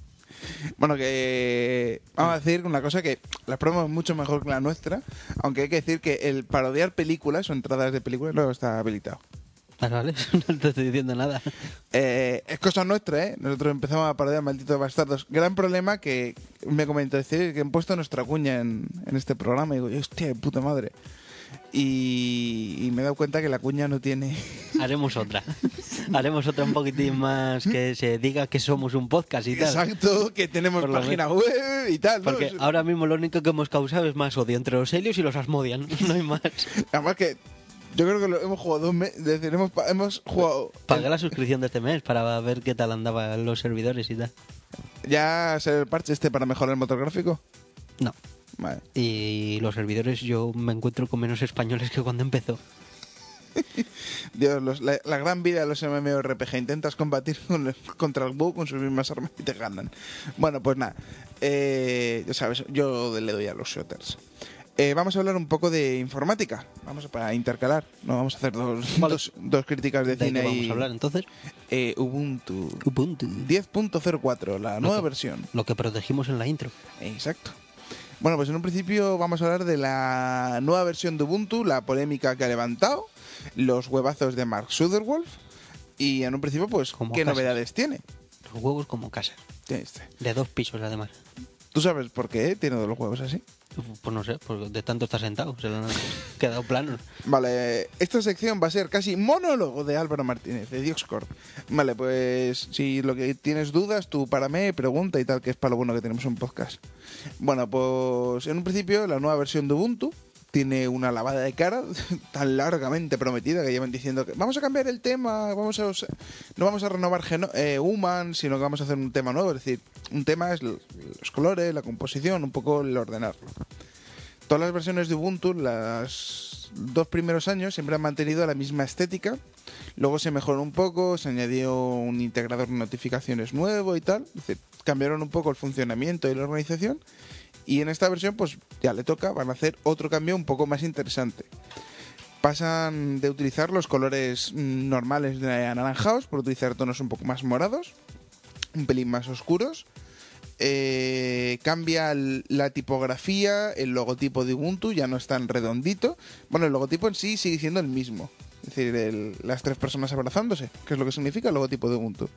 Speaker 1: Bueno, que vamos a decir una cosa que la promo es mucho mejor que la nuestra, aunque hay que decir que el parodiar películas o entradas de películas no está habilitado.
Speaker 2: Ah, vale, no te estoy diciendo nada.
Speaker 1: Eh, es cosa nuestra, ¿eh? Nosotros empezamos a parodiar Malditos Bastardos. Gran problema que me comentó decir que han puesto nuestra cuña en, en este programa. Y digo, hostia, de puta madre. Y, y me he dado cuenta que la cuña no tiene...
Speaker 2: Haremos otra. Haremos otra un poquitín más que se diga que somos un podcast y tal.
Speaker 1: Exacto, que tenemos
Speaker 2: Por lo
Speaker 1: página web y tal. ¿no?
Speaker 2: Porque
Speaker 1: Es-
Speaker 2: ahora mismo lo único que hemos causado es más odio entre los helios y los asmodian. No hay más.
Speaker 1: Además que yo creo que lo hemos jugado dos meses. decir, hemos, pa- hemos jugado...
Speaker 2: Pagué la suscripción de este mes para ver qué tal andaban los servidores y tal.
Speaker 1: ¿Ya será el parche este para mejorar el motor gráfico?
Speaker 2: No.
Speaker 1: Vale.
Speaker 2: Y los servidores yo me encuentro con menos españoles que cuando empezó.
Speaker 1: Dios, los- la, la gran vida de los MMORPG. Intentas combatir con el- contra el bug con sus mismas armas y te ganan. Bueno, pues nada. Eh, ya sabes, yo le doy a los shooters. Eh, vamos a hablar un poco de informática. Vamos a para intercalar. No vamos a hacer dos,
Speaker 2: Vale.
Speaker 1: dos, dos críticas de
Speaker 2: ¿De
Speaker 1: cine
Speaker 2: qué vamos
Speaker 1: y
Speaker 2: a hablar entonces?
Speaker 1: eh, Ubuntu
Speaker 2: Ubuntu.
Speaker 1: 10.04, la nueva versión.
Speaker 2: Lo que protegimos en la intro.
Speaker 1: Exacto. Bueno, pues en un principio vamos a hablar de la nueva versión de Ubuntu, la polémica que ha levantado, los huevazos de Mark Sutherwolf y en un principio, pues,
Speaker 2: Como
Speaker 1: qué
Speaker 2: casas.
Speaker 1: novedades tiene.
Speaker 2: Los huevos como casa.
Speaker 1: Tiene este.
Speaker 2: De dos pisos además.
Speaker 1: ¿Tú sabes por qué tiene los huevos así?
Speaker 2: Pues no sé, porque de tanto está sentado. Se le han quedado planos.
Speaker 1: Vale, esta sección va a ser casi monólogo de Álvaro Martínez, de Dioxcorp. Vale, pues si lo que tienes dudas, tú párame, pregunta y tal, que es para lo bueno que tenemos un podcast. Bueno, pues en un principio la nueva versión de Ubuntu tiene una lavada de cara tan largamente prometida que llevan diciendo que vamos a cambiar el tema, vamos a us- no vamos a renovar Geno- eh, Human, sino que vamos a hacer un tema nuevo, es decir, un tema es l- los colores, la composición, un poco el ordenarlo. Todas las versiones de Ubuntu, los dos primeros años, siempre han mantenido la misma estética. Luego se mejoró un poco, se añadió un integrador de notificaciones nuevo y tal. Es decir, cambiaron un poco el funcionamiento y la organización. Y en esta versión, pues ya le toca, van a hacer otro cambio un poco más interesante. Pasan de utilizar los colores mm, normales de anaranjados por utilizar tonos un poco más morados, un pelín más oscuros. Eh, cambia el- la tipografía, el logotipo de Ubuntu ya no es tan redondito. Bueno, el logotipo en sí sigue siendo el mismo. Es decir, el- las tres personas abrazándose, que es lo que significa el logotipo de Ubuntu.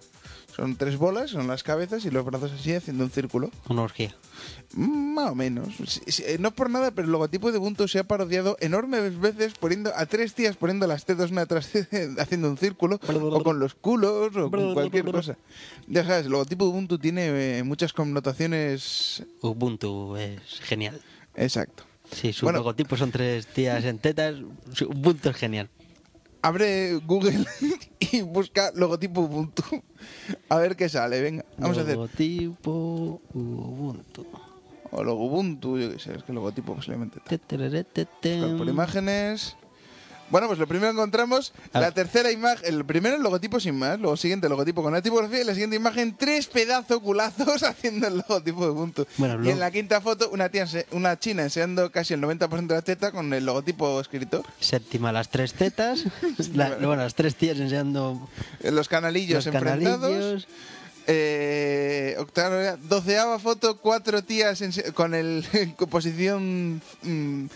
Speaker 1: Son tres bolas, son las cabezas y los brazos así haciendo un círculo.
Speaker 2: Una orgía.
Speaker 1: Mm, Más o menos. Sí, sí, eh, No por nada, pero el logotipo de Ubuntu se ha parodiado enormes veces poniendo a tres tías poniendo las tetas una tras haciendo un círculo o con los culos o con cualquier cosa. Ya sabes, el logotipo de Ubuntu tiene eh, muchas connotaciones.
Speaker 2: Ubuntu es genial.
Speaker 1: Exacto.
Speaker 2: Si su
Speaker 1: Bueno.
Speaker 2: logotipo son tres tías en tetas, su Ubuntu es genial.
Speaker 1: Abre Google y busca logotipo Ubuntu. A ver qué sale, venga. Vamos a hacer.
Speaker 2: Logotipo Ubuntu.
Speaker 1: O logo Ubuntu, yo qué sé, es que logotipo posiblemente. tal.
Speaker 2: Te, tereré, te, te.
Speaker 1: Buscar por imágenes. Bueno, pues lo primero encontramos
Speaker 2: A
Speaker 1: la
Speaker 2: ver.
Speaker 1: tercera imagen, el primero el logotipo sin más, luego siguiente el logotipo con la tipografía y la siguiente imagen tres pedazos culazos haciendo el logotipo de Ubuntu.
Speaker 2: Bueno,
Speaker 1: y
Speaker 2: luego-
Speaker 1: en la quinta foto una tía, ense- una china enseñando casi el 90% de la teta con el logotipo escrito.
Speaker 2: Séptima, las tres tetas. La- bueno, las tres tías enseñando
Speaker 1: Eh, Los canalillos
Speaker 2: los
Speaker 1: enfrentados.
Speaker 2: canalillos.
Speaker 1: Eh, octava, doceava foto, cuatro tías en- con el con posición mm,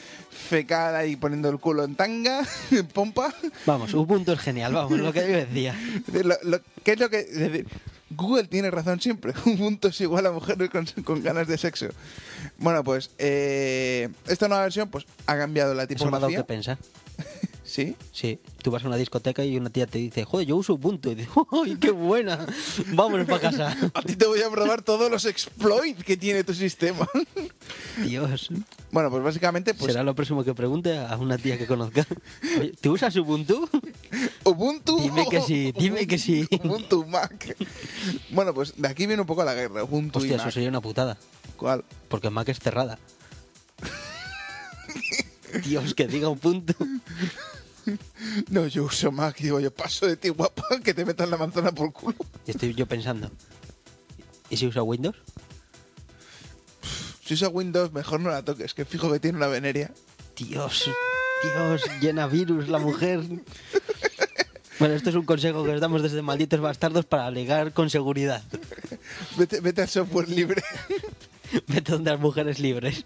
Speaker 1: fecal ahí poniendo el culo en tanga, en pompa.
Speaker 2: Vamos, Ubuntu es genial, vamos, lo que yo decía.
Speaker 1: De lo- lo- ¿Qué es lo que.? es decir, Google tiene razón siempre. Un punto es igual a mujeres con, con ganas de sexo. Bueno, pues. eh, esta nueva versión pues ha cambiado la
Speaker 2: Eso me ha dado que
Speaker 1: tipografía.
Speaker 2: pensar.
Speaker 1: Sí.
Speaker 2: Sí, tú vas a una discoteca y una tía te dice, joder, yo uso Ubuntu. Y dices, ¡ay, qué buena! Vámonos para casa.
Speaker 1: A ti te voy a probar todos los exploits que tiene tu sistema.
Speaker 2: Dios.
Speaker 1: Bueno, pues básicamente, pues.
Speaker 2: Será lo próximo que pregunte a una tía que conozca. Oye, ¿Tú usas Ubuntu?
Speaker 1: Ubuntu.
Speaker 2: Dime que sí, dime que sí.
Speaker 1: Ubuntu Mac. Bueno, pues de aquí viene un poco la guerra. Ubuntu y
Speaker 2: Hostia,
Speaker 1: Mac.
Speaker 2: eso sería una putada.
Speaker 1: ¿Cuál?
Speaker 2: Porque Mac es cerrada. Dios, que diga un punto.
Speaker 1: No, yo uso Mac. Digo, yo paso de ti, guapa, que te metan la manzana por culo.
Speaker 2: Y estoy yo pensando. ¿Y si usa Windows?
Speaker 1: Si usa Windows, mejor no la toques, que fijo que tiene una veneria.
Speaker 2: Dios, Dios, llena virus la mujer. Bueno, esto es un consejo que os damos desde Malditos Bastardos para alegar con seguridad.
Speaker 1: Vete, vete al software libre.
Speaker 2: Vete donde las mujeres libres.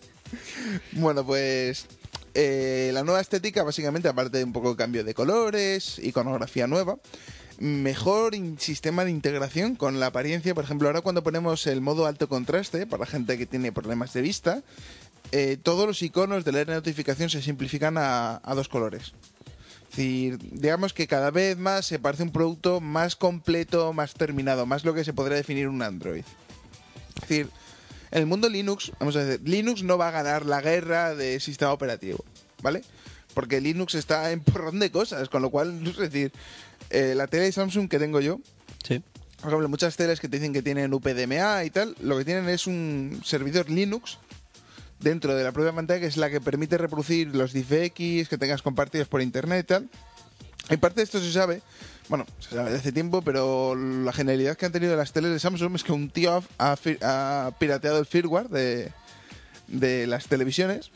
Speaker 1: Bueno, pues eh, la nueva estética, básicamente, aparte de un poco cambio de colores, iconografía nueva, mejor in- sistema de integración con la apariencia. Por ejemplo, ahora cuando ponemos el modo alto contraste para gente que tiene problemas de vista, eh, todos los iconos de leer notificación se simplifican a, a dos colores. Es decir, digamos que cada vez más se parece un producto más completo, más terminado, más lo que se podría definir un Android. Es decir, en el mundo Linux, vamos a decir, Linux no va a ganar la guerra de sistema operativo, ¿vale? Porque Linux está en porrón de cosas, con lo cual, es decir, eh, la tele de Samsung que tengo yo,
Speaker 2: Sí.
Speaker 1: por ejemplo, muchas teles que te dicen que tienen UPDMA y tal, lo que tienen es un servidor Linux dentro de la propia pantalla que es la que permite reproducir los DivX que tengas compartidos por internet y tal. En parte de esto se sabe, bueno, se sabe desde hace tiempo, pero la genialidad que han tenido las teles de Samsung es que un tío ha, ha fir- ha pirateado el firmware de, de las televisiones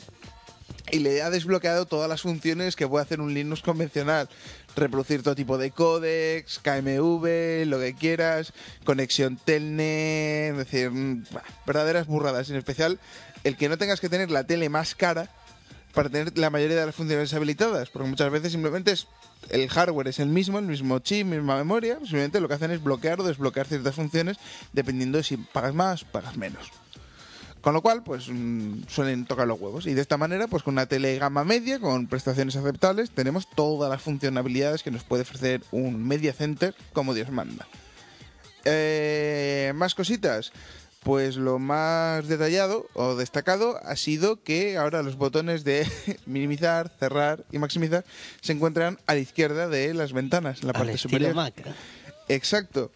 Speaker 1: y le ha desbloqueado todas las funciones que puede hacer un Linux convencional. Reproducir todo tipo de codecs, KMV, lo que quieras, conexión telnet, es decir, mm, bah, verdaderas burradas. En especial, el que no tengas que tener la tele más cara para tener la mayoría de las funciones habilitadas, porque muchas veces simplemente es el hardware es el mismo, el mismo chip, misma memoria, simplemente lo que hacen es bloquear o desbloquear ciertas funciones dependiendo de si pagas más, pagas menos. Con lo cual, pues mm, suelen tocar los huevos. Y de esta manera, pues con una tele gama media, con prestaciones aceptables, tenemos todas las funcionalidades que nos puede ofrecer un media center como Dios manda. Eh, más cositas. Pues lo más detallado o destacado ha sido que ahora los botones de minimizar, cerrar y maximizar se encuentran a la izquierda de las ventanas, en la
Speaker 2: Al
Speaker 1: parte
Speaker 2: estilo
Speaker 1: superior.
Speaker 2: Mac.
Speaker 1: Exacto.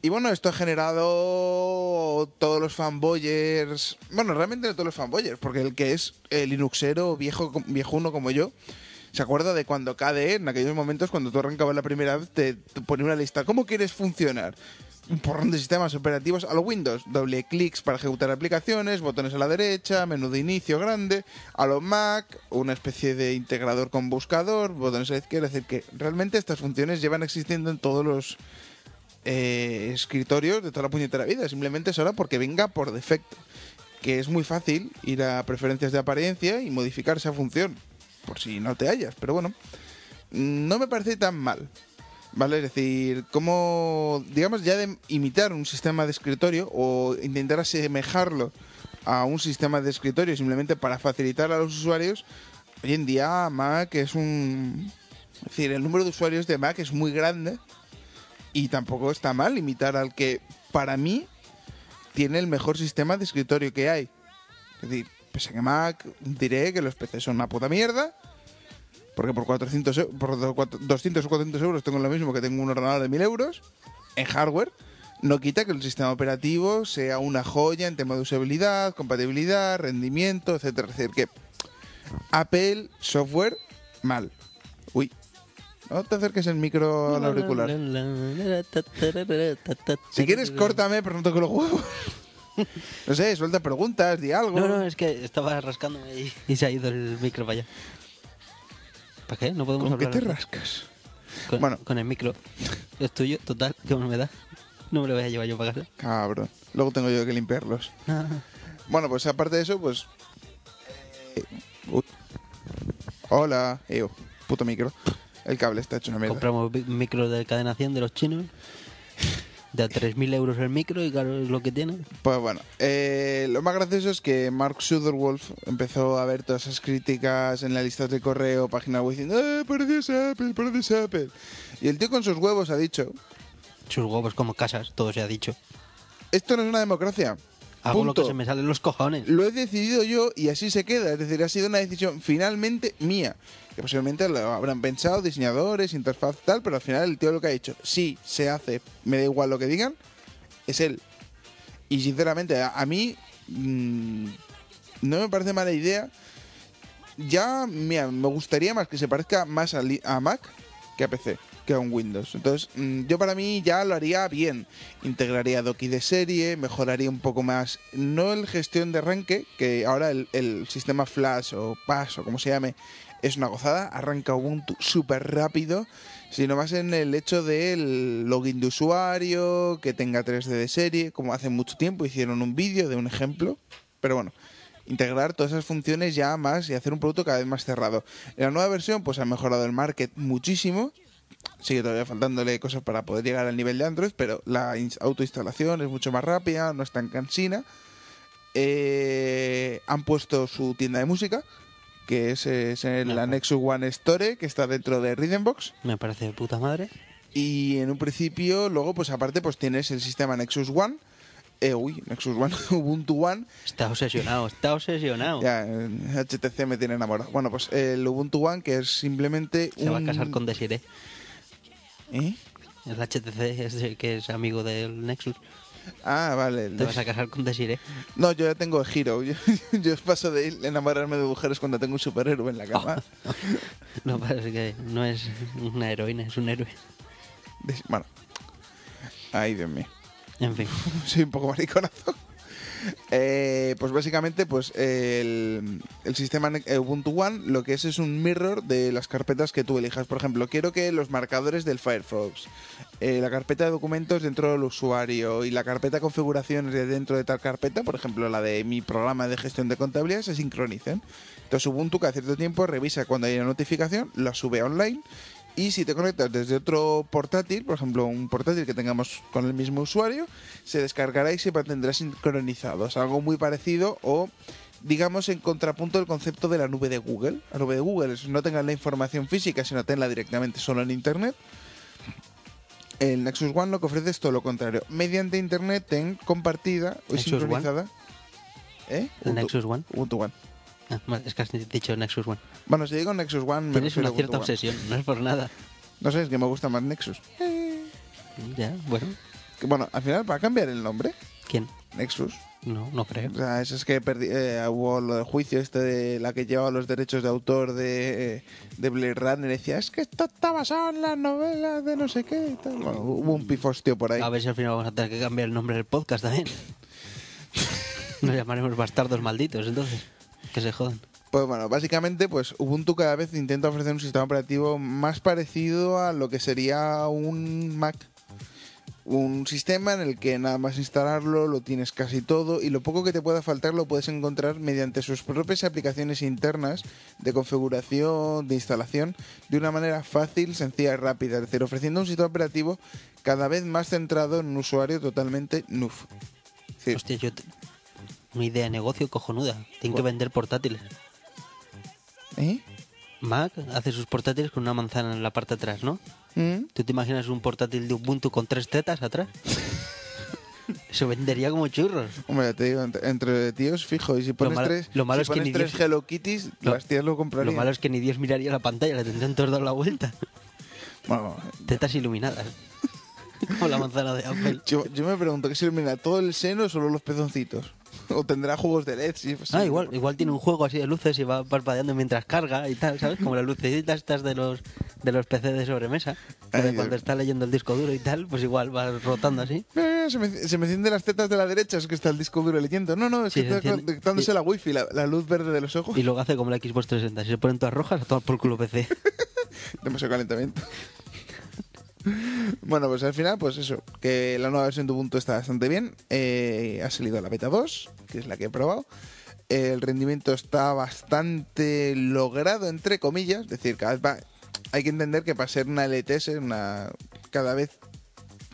Speaker 1: Y bueno, esto ha generado todos los fanboyers. Bueno, realmente no todos los fanboyers, porque el que es eh, Linuxero viejo, viejuno como yo, se acuerda de cuando KDE, en aquellos momentos cuando tú arrancabas la primera vez, te, te ponía una lista. ¿Cómo quieres funcionar? Un porrón de sistemas operativos a los Windows. Doble clics para ejecutar aplicaciones, botones a la derecha, menú de inicio grande. A los Mac, una especie de integrador con buscador, botones a la izquierda. Es decir, que realmente estas funciones llevan existiendo en todos los eh, escritorios de toda la puñetera vida. Simplemente es ahora porque venga por defecto. Que es muy fácil ir a preferencias de apariencia y modificar esa función. Por si no te hallas, pero bueno. mm, No me parece tan mal. ¿Vale? Es decir, como, digamos, ya de imitar un sistema de escritorio o intentar asemejarlo a un sistema de escritorio simplemente para facilitar a los usuarios, hoy en día Mac es un... Es decir, el número de usuarios de Mac es muy grande y tampoco está mal imitar al que, para mí, tiene el mejor sistema de escritorio que hay. Es decir, pese a que Mac, diré que los PCs son una puta mierda, porque por, 400, eu- por do- cuatro- 200 o 400 euros tengo lo mismo que tengo un ordenador de 1000 euros en hardware. No quita que el sistema operativo sea una joya en tema de usabilidad, compatibilidad, rendimiento, etcétera. Es decir, que Apple software mal. Uy. No te acerques el micro al auricular. Si quieres, córtame, pero no toques los huevos. No sé, suelta preguntas, di algo.
Speaker 2: No, no, es que estaba rascándome y, y se ha ido el micro para allá. ¿Para qué? No podemos
Speaker 1: ¿Con qué
Speaker 2: hablar.
Speaker 1: te rascas?
Speaker 2: Con,
Speaker 1: Bueno.
Speaker 2: con el micro. Es tuyo, total, que me da. No me lo voy a llevar yo para casa.
Speaker 1: Cabrón. Luego tengo yo que limpiarlos. Bueno, pues aparte de eso, pues... eh, uy. Hola. Eo, puto micro. El cable está hecho una mierda.
Speaker 2: Compramos bi- micro de cadenación de los chinos. De a 3.000 euros el micro y claro, es lo que tiene.
Speaker 1: Pues bueno, eh, lo más gracioso es que Mark Sutherwolf empezó a ver todas esas críticas en la lista de correo, página web, diciendo, ¡Eh, pareces Apple, pareces Apple! Y el tío con sus huevos ha dicho,
Speaker 2: Sus huevos como casas, todo se ha dicho.
Speaker 1: esto no es una democracia.
Speaker 2: Hago
Speaker 1: Punto.
Speaker 2: lo que se me salen los cojones.
Speaker 1: Lo he decidido yo y así se queda. Es decir, ha sido una decisión finalmente mía. Que posiblemente lo habrán pensado diseñadores, interfaz, tal, pero al final el tío lo que ha dicho, sí, se hace, me da igual lo que digan, es él. Y sinceramente, a, a mí mm, no me parece mala idea ya mira, me gustaría más que se parezca más al i- a, Mac que a PC, que a un Windows. Entonces, mm, yo para mí ya lo haría bien. Integraría Doki de serie, mejoraría un poco más, no el gestión de arranque, que ahora el, el sistema Flash o PAS o como se llame es una gozada, arranca Ubuntu súper rápido, sino más en el hecho del login de usuario, que tenga 3D de serie, como hace mucho tiempo hicieron un vídeo de un ejemplo, pero bueno, integrar todas esas funciones ya más y hacer un producto cada vez más cerrado. En la nueva versión pues ha mejorado el market muchísimo, sigue todavía faltándole cosas para poder llegar al nivel de Android, pero la ins- autoinstalación es mucho más rápida, no es tan cansina. Eh, han puesto su tienda de música, que es, eh, es en la
Speaker 2: Ajá.
Speaker 1: Nexus One Store, que está dentro de Rhythmbox.
Speaker 2: Me parece de puta madre.
Speaker 1: Y en un principio, luego, pues aparte, pues tienes el sistema Nexus One. Eh, uy, Nexus One, Ubuntu One,
Speaker 2: Está obsesionado, está obsesionado.
Speaker 1: ya, en HTC me tiene enamorado. Bueno, pues el Ubuntu One, que es simplemente
Speaker 2: Se va a
Speaker 1: un-
Speaker 2: casar con Desiree.
Speaker 1: ¿Eh?
Speaker 2: El HTC es el que es amigo del Nexus.
Speaker 1: Ah, vale. el
Speaker 2: Te
Speaker 1: de-
Speaker 2: vas a casar con Desiree.
Speaker 1: No, yo ya tengo Giro. Yo, yo paso de enamorarme de mujeres cuando tengo un superhéroe en la cama.
Speaker 2: No, parece que no es una heroína, es un héroe.
Speaker 1: De- Bueno. Ay, Dios mío.
Speaker 2: En fin.
Speaker 1: soy un poco mariconazo. Eh, pues básicamente, pues el, el sistema Ne- eh, Ubuntu One lo que es es un mirror de las carpetas que tú elijas. Por ejemplo, quiero que los marcadores del Firefox, eh, la carpeta de documentos dentro del usuario y la carpeta de configuraciones de dentro de tal carpeta, por ejemplo, la de mi programa de gestión de contabilidad, se sincronicen. Entonces Ubuntu cada cierto tiempo revisa cuando hay una notificación, la sube online y si te conectas desde otro portátil, por ejemplo un portátil que tengamos con el mismo usuario, se descargará y se mantendrá sincronizado. Es algo muy parecido o digamos en contrapunto del concepto de la nube de Google. La nube de Google es no tengas la información física, sino tenla directamente solo en Internet. El Nexus One lo que ofrece es todo lo contrario. Mediante Internet, ten compartida o
Speaker 2: ¿Nexus One?
Speaker 1: sincronizada. ¿Eh?
Speaker 2: ¿El
Speaker 1: Ubuntu-
Speaker 2: Nexus One?
Speaker 1: Ubuntu One.
Speaker 2: Ah, vale, es que has dicho Nexus One.
Speaker 1: Bueno, si digo Nexus One, me
Speaker 2: Tienes
Speaker 1: refiero
Speaker 2: una
Speaker 1: a Ubuntu
Speaker 2: cierta
Speaker 1: One.
Speaker 2: obsesión, no es por nada.
Speaker 1: No sé, es que me gusta más Nexus.
Speaker 2: Ya, bueno.
Speaker 1: Que, Bueno, al final va a cambiar el nombre,
Speaker 2: ¿Quién?
Speaker 1: Nexus.
Speaker 2: No, no creo.
Speaker 1: O sea, eso es que perdi- eh, hubo lo del juicio este de la que llevaba los derechos de autor de, eh, de Blade Runner. Decía, es que esto está basado en las novelas de no sé qué. y tal. Bueno, hubo un pifostio por ahí.
Speaker 2: A ver si al final vamos a tener que cambiar el nombre del podcast también. Nos llamaremos bastardos malditos, entonces. Que se jodan.
Speaker 1: Pues bueno, básicamente, pues Ubuntu cada vez intenta ofrecer un sistema operativo más parecido a lo que sería un Mac. Un sistema en el que nada más instalarlo, lo tienes casi todo y lo poco que te pueda faltar lo puedes encontrar mediante sus propias aplicaciones internas de configuración, de instalación, de una manera fácil, sencilla y rápida. Es decir, ofreciendo un sistema operativo cada vez más centrado en un usuario totalmente NUF. Es decir,
Speaker 2: Hostia, yo. te- Una idea de negocio cojonuda. Tienen que
Speaker 1: ¿Cuál?
Speaker 2: vender portátiles.
Speaker 1: ¿eh?
Speaker 2: Mac hace sus portátiles con una manzana en la parte de atrás, ¿no?
Speaker 1: ¿Mm?
Speaker 2: ¿Tú te imaginas un portátil de Ubuntu con tres tetas atrás? Se vendería como churros.
Speaker 1: Hombre, ya te digo, entre, entre tíos, fijo. Y si pones
Speaker 2: malo-
Speaker 1: tres,
Speaker 2: lo
Speaker 1: si
Speaker 2: malo es que
Speaker 1: pones
Speaker 2: ni
Speaker 1: tres
Speaker 2: Dios-
Speaker 1: Hello Kitties,
Speaker 2: Lo-
Speaker 1: las tías lo comprarían.
Speaker 2: Lo malo es que ni Dios miraría la pantalla, le tendrían todos dado la vuelta.
Speaker 1: Bueno,
Speaker 2: Tetas iluminadas. Como la manzana de Apple.
Speaker 1: yo, yo me pregunto, ¿qué se ilumina todo el seno o solo los pezoncitos? ¿O tendrá juegos de LED? Sí, pues,
Speaker 2: Ah,
Speaker 1: sí.
Speaker 2: igual, igual tiene un juego así de luces y va parpadeando mientras carga y tal, ¿sabes? Como las lucecitas estas de los de los PC de sobremesa. que
Speaker 1: Ay,
Speaker 2: de
Speaker 1: Dios.
Speaker 2: cuando está leyendo el disco duro y tal, pues igual va rotando así.
Speaker 1: Mira, mira, Eh, se me, se me encienden las tetas de la derecha, es que está el disco duro leyendo. No, no, es
Speaker 2: Sí,
Speaker 1: que
Speaker 2: se
Speaker 1: está
Speaker 2: enciende.
Speaker 1: conectándose
Speaker 2: Y-
Speaker 1: la wifi, la, la luz verde de los ojos.
Speaker 2: Y luego hace como la Xbox 360. Si se ponen todas rojas, a tomar por culo PC.
Speaker 1: Demasiado calentamiento. bueno, pues al final, pues eso, que la nueva versión de Ubuntu está bastante bien. Eh, ha salido la beta 2, que es la que he probado. El rendimiento está bastante logrado, entre comillas. Es decir, cada vez va- hay que entender que para ser una LTS, una, cada vez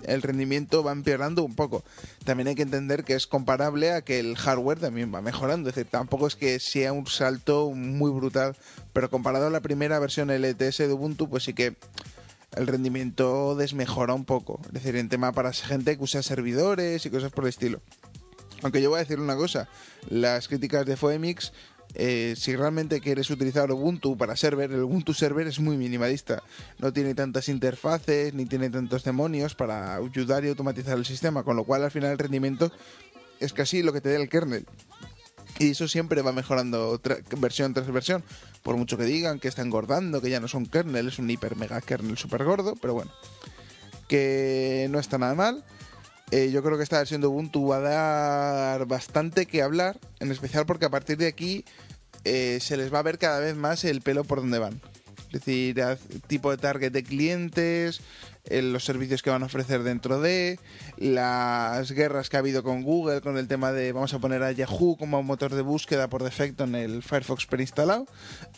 Speaker 1: el rendimiento va empeorando un poco. También hay que entender que es comparable a que el hardware también va mejorando. Es decir, tampoco es que sea un salto muy brutal, pero comparado a la primera versión LTS de Ubuntu, pues sí que el rendimiento desmejora un poco. Es decir, en tema para gente que usa servidores y cosas por el estilo. Aunque yo voy a decir una cosa, las críticas de Foemix, eh, si realmente quieres utilizar Ubuntu para server, el Ubuntu server es muy minimalista. No tiene tantas interfaces, ni tiene tantos demonios para ayudar y automatizar el sistema, con lo cual al final el rendimiento es casi lo que te da el kernel. Y eso siempre va mejorando tra- versión tras versión. Por mucho que digan que está engordando, que ya no es un kernel, es un hiper mega kernel super gordo, pero bueno. Que no está nada mal. Eh, yo creo que esta versión de Ubuntu va a dar bastante que hablar, en especial porque a partir de aquí eh, se les va a ver cada vez más el pelo por donde van. Es decir, haz- tipo de target de clientes, eh, los servicios que van a ofrecer dentro de, las guerras que ha habido con Google, con el tema de vamos a poner a Yahoo como motor de búsqueda por defecto en el Firefox preinstalado.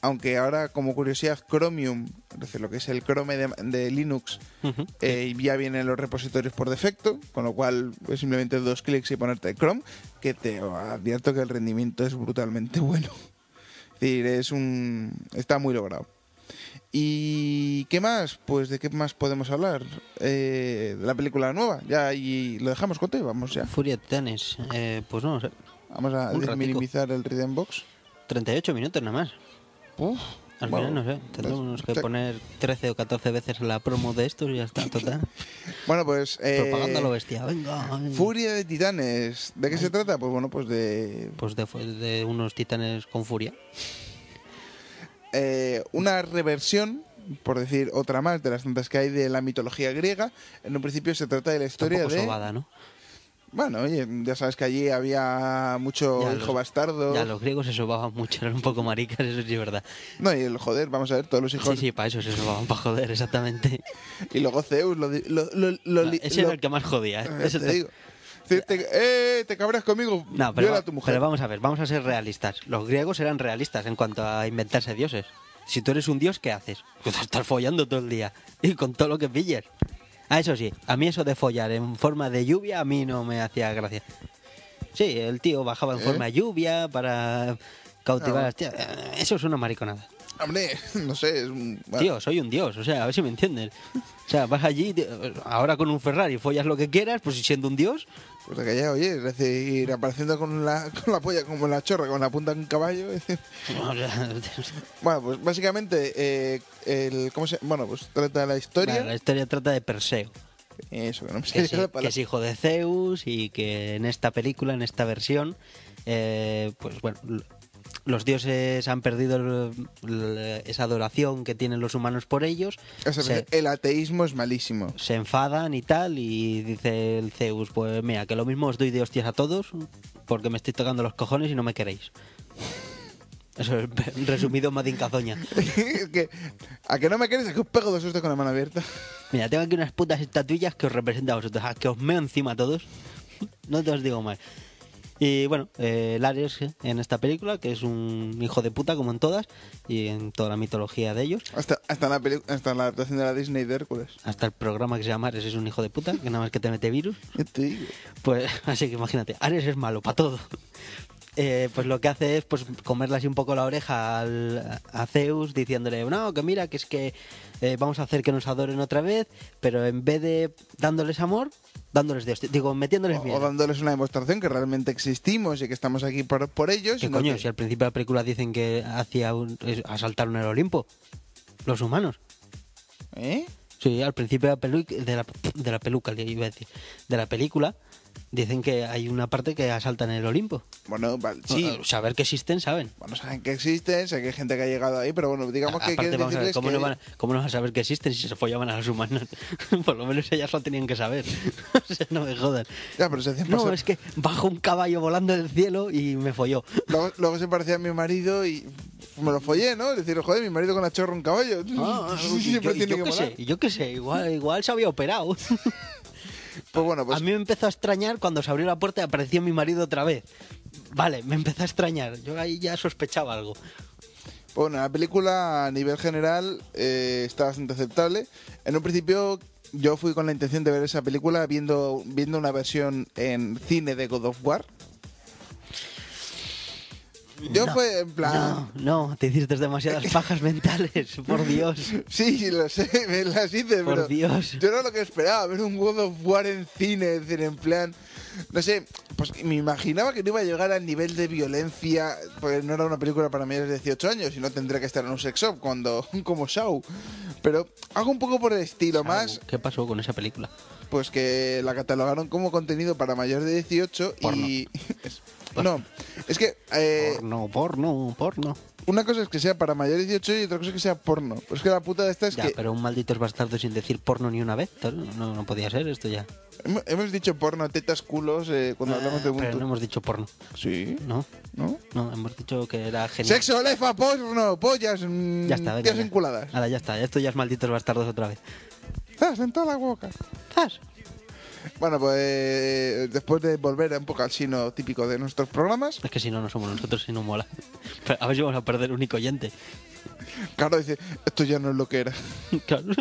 Speaker 1: Aunque ahora, como curiosidad, Chromium, es decir, lo que es el Chrome de, de Linux,
Speaker 2: Ujú.
Speaker 1: eh, ya vienen los repositorios por defecto, con lo cual es simplemente dos clics y ponerte Chrome, que te advierto que el rendimiento es brutalmente bueno. Es decir, es un está muy logrado. ¿Y qué más? Pues de qué más podemos hablar? Eh, de la película nueva, ya y lo dejamos Cote, vamos ya.
Speaker 2: Furia de Titanes. Eh, pues no, sé,
Speaker 1: Vamos a
Speaker 2: Un ratico.
Speaker 1: minimizar el Rhythm Box.
Speaker 2: 38 minutos nada más.
Speaker 1: Uf,
Speaker 2: Al
Speaker 1: bueno, pues,
Speaker 2: final, no sé, tendremos que poner 13 o 14 veces la promo de estos y ya está, total.
Speaker 1: Bueno, pues eh,
Speaker 2: Propaganda a lo bestia, venga.
Speaker 1: Furia de Titanes. ¿De qué se trata? Pues bueno, pues de
Speaker 2: Pues de, fu- de unos titanes con furia.
Speaker 1: eh, una reversión, por decir otra más, de las tantas que hay de la mitología griega. En un principio se trata de la historia
Speaker 2: Tampoco
Speaker 1: de.
Speaker 2: sobada, ¿no?
Speaker 1: Bueno, oye, ya sabes que allí había mucho
Speaker 2: Ya
Speaker 1: hijo
Speaker 2: los-
Speaker 1: bastardo.
Speaker 2: Ya, los griegos se sobaban mucho, eran un poco maricas, eso sí es verdad.
Speaker 1: No, y el joder, vamos a ver, todos los hijos.
Speaker 2: Sí, sí, para eso se sobaban, para joder, exactamente.
Speaker 1: Y luego Zeus, lo. di- lo, lo, lo-
Speaker 2: No,
Speaker 1: li-
Speaker 2: ese
Speaker 1: lo-
Speaker 2: era el que más jodía. ¿eh?
Speaker 1: Eh,
Speaker 2: Eso
Speaker 1: te
Speaker 2: te-
Speaker 1: digo. Sí, te, eh, te cabreas conmigo.
Speaker 2: No, pero,
Speaker 1: viola
Speaker 2: va-
Speaker 1: a tu mujer.
Speaker 2: pero vamos a ver, vamos a ser realistas. Los griegos eran realistas en cuanto a inventarse dioses. Si tú eres un dios, ¿qué haces? Pues estar follando todo el día y con todo lo que pilles. Ah, eso sí, a mí eso de follar en forma de lluvia a mí no me hacía gracia. Sí, el tío bajaba en
Speaker 1: ¿Eh?
Speaker 2: forma de lluvia para cautivar a las tías. Eh, Eso es una mariconada.
Speaker 1: Hombre, no sé, es un. bueno,
Speaker 2: Tío, soy un dios, o sea, a ver si me entiendes. O sea, vas allí, tío, ahora con un Ferrari follas lo que quieras, pues siendo un dios,
Speaker 1: Pues de que ya, oye, es decir, apareciendo con la, con la polla como la chorra, con la punta de un caballo. es decir,
Speaker 2: o sea,
Speaker 1: Bueno, pues básicamente, eh, el, ¿cómo se Bueno, pues trata la historia. eh,
Speaker 2: Vale, la historia trata de Perseo,
Speaker 1: Eso, que no me
Speaker 2: que,
Speaker 1: sale
Speaker 2: sí-
Speaker 1: la
Speaker 2: que
Speaker 1: palabra.
Speaker 2: es hijo de Zeus y que en esta película, en esta versión, eh, pues bueno, l- los dioses han perdido el- l- esa adoración que tienen los humanos por ellos,
Speaker 1: O sea,
Speaker 2: se,
Speaker 1: El ateísmo es malísimo.
Speaker 2: se enfadan y tal, y dice el Zeus, pues mira, que lo mismo os doy de hostias a todos porque me estoy tocando los cojones y no me queréis. Eso es resumido Madin Cazoña.
Speaker 1: Es que, a que no me quieres, a que os pego de susto con la mano abierta.
Speaker 2: Mira, tengo aquí unas putas estatuillas que os representan a vosotros, a que os meo encima a todos. No te os digo más. Y bueno, eh, Lares eh, en esta película, que es un hijo de puta como en todas, y en toda la mitología de ellos.
Speaker 1: Hasta, hasta, la, peli- hasta la adaptación de pues, la Disney de Hércules.
Speaker 2: Hasta el programa que se llama Ares es un hijo de puta, que nada más que te mete virus.
Speaker 1: Ya te digo.
Speaker 2: Pues así que imagínate, Ares es malo para todo. Eh, pues lo que hace es pues comerle así un poco la oreja al, a Zeus diciéndole, no, que mira, que es que eh, vamos a hacer que nos adoren otra vez, pero en vez de dándoles amor, dándoles Dios, digo, metiéndoles
Speaker 1: O, o
Speaker 2: miedo.
Speaker 1: dándoles una demostración que realmente existimos y que estamos aquí por, por ellos.
Speaker 2: ¿Qué
Speaker 1: sino
Speaker 2: coño?
Speaker 1: que-
Speaker 2: Si al principio de la película dicen que hacía un- es- asaltaron el Olimpo, los humanos.
Speaker 1: ¿Eh?
Speaker 2: Sí, al principio de la, pelu- de la, de la peluca, le iba a decir, de la película, dicen que hay una parte que asaltan el Olimpo.
Speaker 1: Bueno, vale, sí.
Speaker 2: O- o Saber que existen, saben.
Speaker 1: Bueno, saben que existen, sé que hay gente que ha llegado ahí, pero bueno, digamos que
Speaker 2: Aparte,
Speaker 1: quieren
Speaker 2: vamos a ver,
Speaker 1: decirles
Speaker 2: ¿cómo,
Speaker 1: que...
Speaker 2: no van, a- cómo no van a saber que existen si se follaban a los humanos? Por lo menos ellas lo tenían que saber. o sea, no me jodan.
Speaker 1: Ya, pero se hacían
Speaker 2: No,
Speaker 1: pasar-
Speaker 2: es que bajó un caballo volando del cielo y me folló.
Speaker 1: Luego, luego se parecía a mi marido y me lo follé, ¿no? Es decir, joder, mi marido con la chorra un caballo.
Speaker 2: Ah, yo,
Speaker 1: Siempre
Speaker 2: yo
Speaker 1: tiene que
Speaker 2: qué sé,
Speaker 1: molar.
Speaker 2: yo qué sé, igual, igual se había operado.
Speaker 1: Pues bueno, pues
Speaker 2: A mí me empezó a extrañar cuando se abrió la puerta y apareció mi marido otra vez. Vale, me empezó a extrañar. Yo ahí ya sospechaba algo.
Speaker 1: Bueno, la película a nivel general eh, está bastante aceptable. En un principio yo fui con la intención de ver esa película viendo, viendo una versión en cine de God of War. Yo fue en plan...
Speaker 2: No, no, te hiciste demasiadas pajas mentales, por Dios.
Speaker 1: Sí, lo sé, me las hice,
Speaker 2: Por
Speaker 1: pero
Speaker 2: Dios.
Speaker 1: yo era lo que esperaba, ver un God of War en cine, es decir, en plan, no sé, pues me imaginaba que no iba a llegar al nivel de violencia, porque no era una película para mayores de 18 años y no tendría que estar en un sex shop cuando, como Shaw, pero hago un poco por el estilo más,
Speaker 2: ¿Qué pasó con esa película?
Speaker 1: pues que la catalogaron como contenido para mayores de 18 y... no, Es que eh,
Speaker 2: Porno, porno, porno.
Speaker 1: una cosa es que sea para mayores de 18 y otra cosa es que sea porno. Pero es que la puta de esta es
Speaker 2: Ya,
Speaker 1: que
Speaker 2: pero un maldito bastardo sin decir porno ni una vez. tal, No, no podía ser esto ya.
Speaker 1: hem- hemos dicho porno, tetas, culos eh, cuando hablamos de
Speaker 2: Ah, pero
Speaker 1: Ubuntu.
Speaker 2: no hemos dicho porno.
Speaker 1: Sí,
Speaker 2: No,
Speaker 1: ¿no?
Speaker 2: no, hemos dicho que era genial.
Speaker 1: Sexo, lefa, porno, pollas, mm,
Speaker 2: Ya está, venga,
Speaker 1: tías
Speaker 2: ya. Ah.
Speaker 1: enculadas.
Speaker 2: Ahora ya está, esto ya es malditos bastardos otra vez.
Speaker 1: Estás en toda la boca.
Speaker 2: ¡Zas!
Speaker 1: Bueno, pues eh, después de volver un poco al sino típico de nuestros programas,
Speaker 2: Es que si no, no somos nosotros, si no mola. Pero a ver si vamos a perder un oyente.
Speaker 1: claro, dice, esto ya no es lo que era.
Speaker 2: Claro.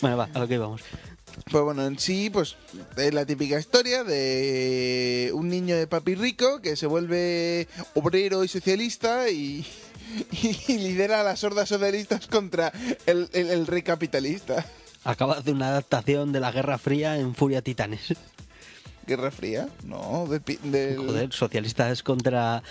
Speaker 2: Bueno, va, a lo que íbamos.
Speaker 1: Pues bueno, en sí, pues es la típica historia de un niño de papi rico que se vuelve obrero y socialista y, y lidera a las hordas socialistas contra el, el- el rey capitalista.
Speaker 2: Acaba de hacer una adaptación de la Guerra Fría en Furia Titanes.
Speaker 1: Guerra Fría, no, del... pi- del-
Speaker 2: Joder, socialistas contra,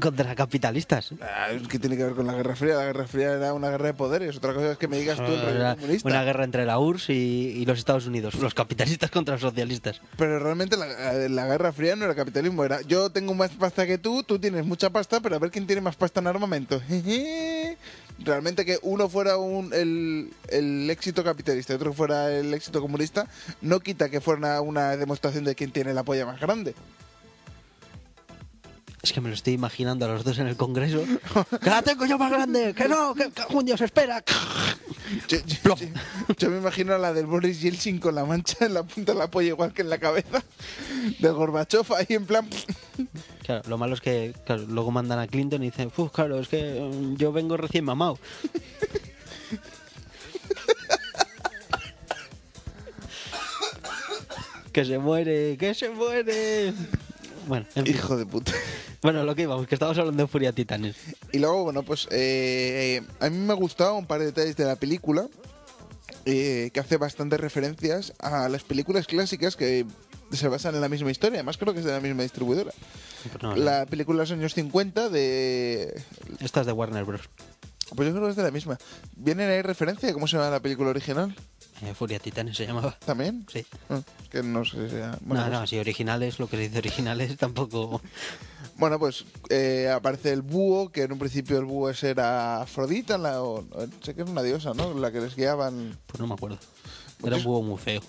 Speaker 2: contra capitalistas.
Speaker 1: Ah, ¿Qué tiene que ver con la Guerra Fría? La Guerra Fría era una guerra de poderes. Otra cosa es que me digas tú el
Speaker 2: Era
Speaker 1: rey comunista.
Speaker 2: Ah, una guerra entre la URSS y, y los Estados Unidos. Los capitalistas contra los socialistas.
Speaker 1: Pero realmente la, eh, la Guerra Fría no era capitalismo, era yo tengo más pasta que tú, tú tienes mucha pasta, pero a ver quién tiene más pasta en armamento. Jeje. Realmente que uno fuera un, el, el éxito capitalista y otro fuera el éxito comunista, no quita que fuera una, una demostración de quién tiene la polla más grande.
Speaker 2: Es que me lo estoy imaginando a los dos en el Congreso. ¡Que la tengo yo más grande! ¡Que no! ¡Que, que algún día os espera!
Speaker 1: Yo, yo- yo- yo me imagino a la del Boris Yeltsin con la mancha en la punta de la polla igual que en la cabeza, del Gorbachev ahí en plan...
Speaker 2: Claro, lo malo es que claro, luego mandan a Clinton y dicen, pues claro, es que mm, yo vengo recién mamado. que se muere, que se muere. Bueno, en fin.
Speaker 1: Hijo de puta.
Speaker 2: bueno, lo que íbamos, que estamos hablando de Furia Titanes.
Speaker 1: Y luego, bueno, pues eh, a mí me ha gustado un par de detalles de la película eh, que hace bastantes referencias a las películas clásicas que se basan en la misma historia. Además, creo que es de la misma distribuidora.
Speaker 2: No, no,
Speaker 1: La película de los años 50 de...
Speaker 2: Esta es de Warner Bros.
Speaker 1: Pues yo creo que es de la misma. ¿Vienen ahí referencia de cómo se llama la película original?
Speaker 2: Eh, Furia Titanes se llamaba.
Speaker 1: ¿También?
Speaker 2: Sí.
Speaker 1: Ah, que no sé si sea... Bueno,
Speaker 2: no,
Speaker 1: pues-
Speaker 2: no, si originales, lo que se dice originales tampoco.
Speaker 1: Bueno, pues eh, aparece el búho, que en un principio el búho ese era Afrodita, la, o- o- sé que es una diosa, ¿no? La que les guiaban...
Speaker 2: Pues no me acuerdo. Era
Speaker 1: Porque
Speaker 2: un
Speaker 1: es-
Speaker 2: búho muy feo.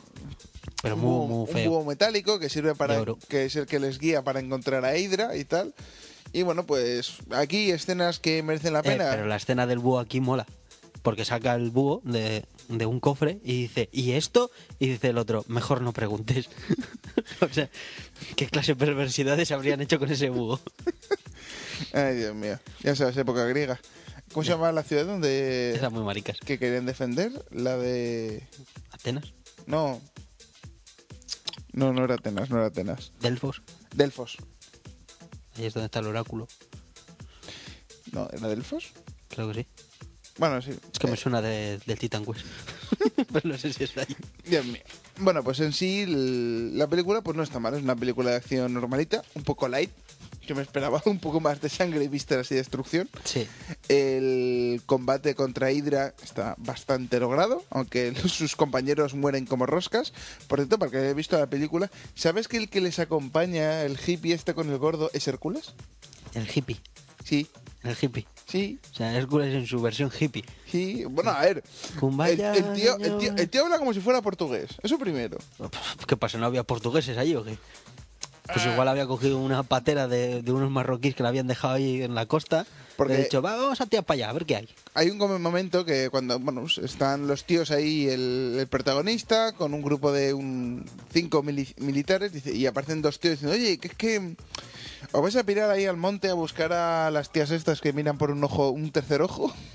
Speaker 1: Pues
Speaker 2: Pero
Speaker 1: un
Speaker 2: muy,
Speaker 1: búho-
Speaker 2: muy
Speaker 1: un
Speaker 2: feo.
Speaker 1: búho metálico que sirve
Speaker 2: De
Speaker 1: para
Speaker 2: oro.
Speaker 1: que es el que les guía para encontrar a Hydra y tal. Y bueno, pues aquí escenas que merecen la
Speaker 2: Eh,
Speaker 1: pena.
Speaker 2: pero la escena del búho aquí mola. Porque saca el búho de, de un cofre y dice, ¿y esto? Y dice el otro, mejor no preguntes. o sea, ¿qué clase de perversidades habrían hecho con ese búho?
Speaker 1: Ay, Dios mío. Ya sabes, época griega. ¿Cómo se llama la ciudad donde
Speaker 2: Esas muy maricas.
Speaker 1: que querían defender? La de
Speaker 2: Atenas,
Speaker 1: no. No, no era Atenas, no era Atenas.
Speaker 2: Delfos,
Speaker 1: Delfos.
Speaker 2: ahí es donde está el oráculo.
Speaker 1: No, era Delfos.
Speaker 2: Creo que sí.
Speaker 1: Bueno, sí.
Speaker 2: Es que
Speaker 1: Eh, Pues
Speaker 2: me suena de, del Titan Quest. Pero no sé si está ahí.
Speaker 1: Dios mío. Bueno, pues en sí el- la película pues no está mal, es una película de acción normalita, un poco light. Yo me esperaba un poco más de sangre, vísceras y destrucción.
Speaker 2: Sí.
Speaker 1: El combate contra Hydra está bastante logrado, aunque los- sus compañeros mueren como roscas. Por cierto, para el que haya visto la película, ¿sabes que el que les acompaña, el hippie este con el gordo, es Hércules?
Speaker 2: El hippie.
Speaker 1: Sí,
Speaker 2: El hippie.
Speaker 1: sí,
Speaker 2: O sea, Hércules en su versión hippie.
Speaker 1: sí. Bueno, a ver. El,
Speaker 2: Kumbaya,
Speaker 1: el tío, el, tío,
Speaker 2: señor.
Speaker 1: el tío habla como si fuera portugués, eso primero.
Speaker 2: ¿Qué pasa? ¿No había portugueses allí o qué? Pues igual había cogido una patera de, de unos marroquíes que la habían dejado ahí en la costa.
Speaker 1: Porque-
Speaker 2: Porque he dicho, "Va, vamos a tirar para allá, a ver qué hay.
Speaker 1: Hay un como momento que cuando bueno, pues, están los tíos ahí, el, el protagonista, con un grupo de un, cinco mili- militares, dice, y aparecen dos tíos diciendo, oye, que es que os vais a pirar ahí al monte a buscar a las tías estas que miran por un ojo, un tercer ojo.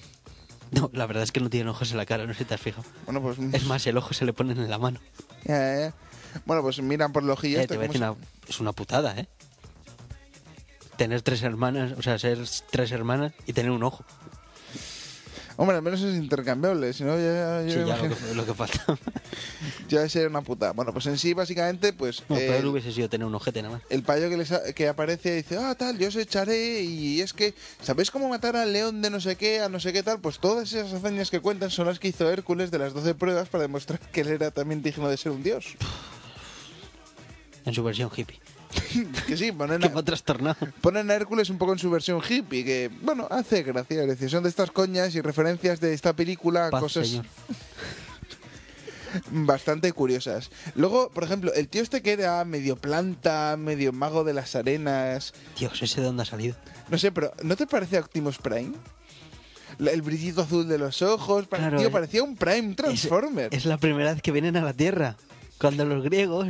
Speaker 2: No, la verdad es que no tienen ojos en la cara, no sé si te has fijado.
Speaker 1: Bueno, pues...
Speaker 2: Es más, el ojo se le ponen en la mano.
Speaker 1: eh, bueno, pues miran por los ojillo.
Speaker 2: Eh,
Speaker 1: este,
Speaker 2: te voy a
Speaker 1: ¿cómo se-
Speaker 2: decir una, es una putada, ¿eh? Tener tres hermanas, o sea, ser tres hermanas y tener un ojo.
Speaker 1: Hombre, al menos es intercambiable, si no ya, yo
Speaker 2: Sí,
Speaker 1: me
Speaker 2: ya lo
Speaker 1: imagino-
Speaker 2: que, lo que falta.
Speaker 1: ya sería una puta. Bueno, pues en sí, básicamente, pues...
Speaker 2: No,
Speaker 1: eh,
Speaker 2: peor hubiese sido tener un ojete nada más.
Speaker 1: el payo que, les ha- que aparece dice, ah, tal, yo os echaré y es que, ¿sabéis cómo matar al león de no sé qué, a no sé qué tal? Pues todas esas hazañas que cuentan son las que hizo Hércules de las 12 pruebas para demostrar que él era también digno de ser un dios.
Speaker 2: En su versión hippie.
Speaker 1: que sí, ponen
Speaker 2: Que me ha
Speaker 1: a,
Speaker 2: trastornado.
Speaker 1: ponen a Hércules un poco en su versión hippie, que, bueno, hace gracia. Es decir, son de estas coñas y referencias de esta película a
Speaker 2: Paz,
Speaker 1: cosas
Speaker 2: señor.
Speaker 1: bastante curiosas. Luego, por ejemplo, el tío este que era medio planta, medio mago de las arenas,
Speaker 2: Dios, ese de dónde ha salido.
Speaker 1: No sé, pero ¿no te parece Optimus Prime? La- El brillito azul de los ojos, pa-
Speaker 2: Claro, eh,
Speaker 1: tío,
Speaker 2: es-
Speaker 1: parecía un Prime Transformer.
Speaker 2: Es, es la primera vez que vienen a la Tierra. Cuando los griegos.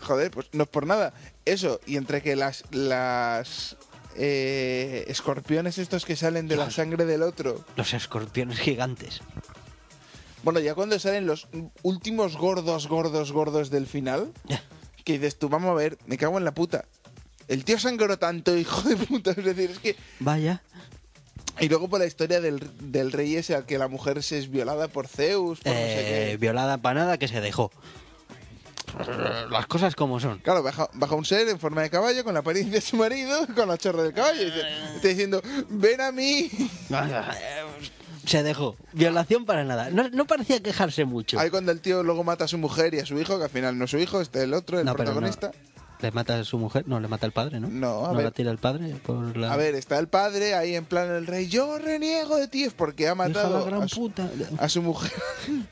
Speaker 1: Joder, pues no es por nada. Eso, y entre que las las eh, escorpiones estos que salen de la
Speaker 2: Dios.
Speaker 1: sangre del otro.
Speaker 2: Los escorpiones gigantes.
Speaker 1: Bueno, ya cuando salen los últimos gordos, gordos, gordos del final,
Speaker 2: Ya.
Speaker 1: que dices tú, vamos a ver, me cago en la puta. El tío sangró tanto, hijo de puta. Es decir, es que
Speaker 2: Vaya.
Speaker 1: Y luego por la historia del, del rey ese al que la mujer se es violada por Zeus, por no sé
Speaker 2: eh,
Speaker 1: qué.
Speaker 2: violada para nada que se dejó. Las cosas como son.
Speaker 1: Claro, baja, baja un ser en forma de caballo con la apariencia de su marido, con la chorra del caballo. y dice- está diciendo, ven a mí.
Speaker 2: Se dejó. Violación para nada. No, no parecía quejarse mucho.
Speaker 1: Ahí cuando el tío luego mata a su mujer y a su hijo, que al final no es su hijo, este es el otro, el
Speaker 2: No, pero no.
Speaker 1: protagonista.
Speaker 2: ¿Le mata a su mujer? No, le mata al padre, ¿no?
Speaker 1: No, a
Speaker 2: ¿No
Speaker 1: ver.
Speaker 2: la tira el padre? Por la...
Speaker 1: A ver, está el padre ahí en plan el rey, yo reniego de ti, es porque ha
Speaker 2: Hija de la
Speaker 1: matado
Speaker 2: gran
Speaker 1: a su,
Speaker 2: puta.
Speaker 1: a su mujer.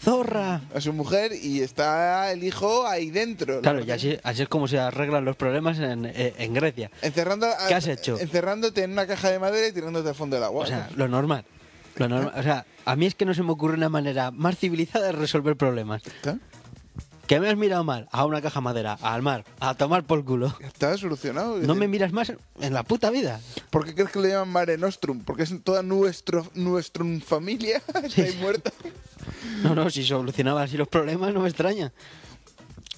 Speaker 2: ¡Zorra!
Speaker 1: A su mujer y está el hijo ahí dentro. La
Speaker 2: Claro,
Speaker 1: verdad
Speaker 2: y así, así es como se arreglan los problemas en, eh, en Grecia.
Speaker 1: Encerrando a-
Speaker 2: ¿Qué has hecho?
Speaker 1: Encerrándote en una caja de madera y tirándote al fondo del agua.
Speaker 2: O sea, lo normal. Lo normal. O sea, a mí es que no se me ocurre una manera más civilizada de resolver problemas.
Speaker 1: ¿Está?
Speaker 2: Que me has mirado mal a una caja madera, al mar, a tomar por culo.
Speaker 1: Está solucionado.
Speaker 2: No me miras más en la puta vida.
Speaker 1: ¿Por qué crees que le llaman Mare Nostrum? Porque es toda nuestro, nuestro familia está ahí muerta.
Speaker 2: No, no, si solucionaba así los problemas no me extraña.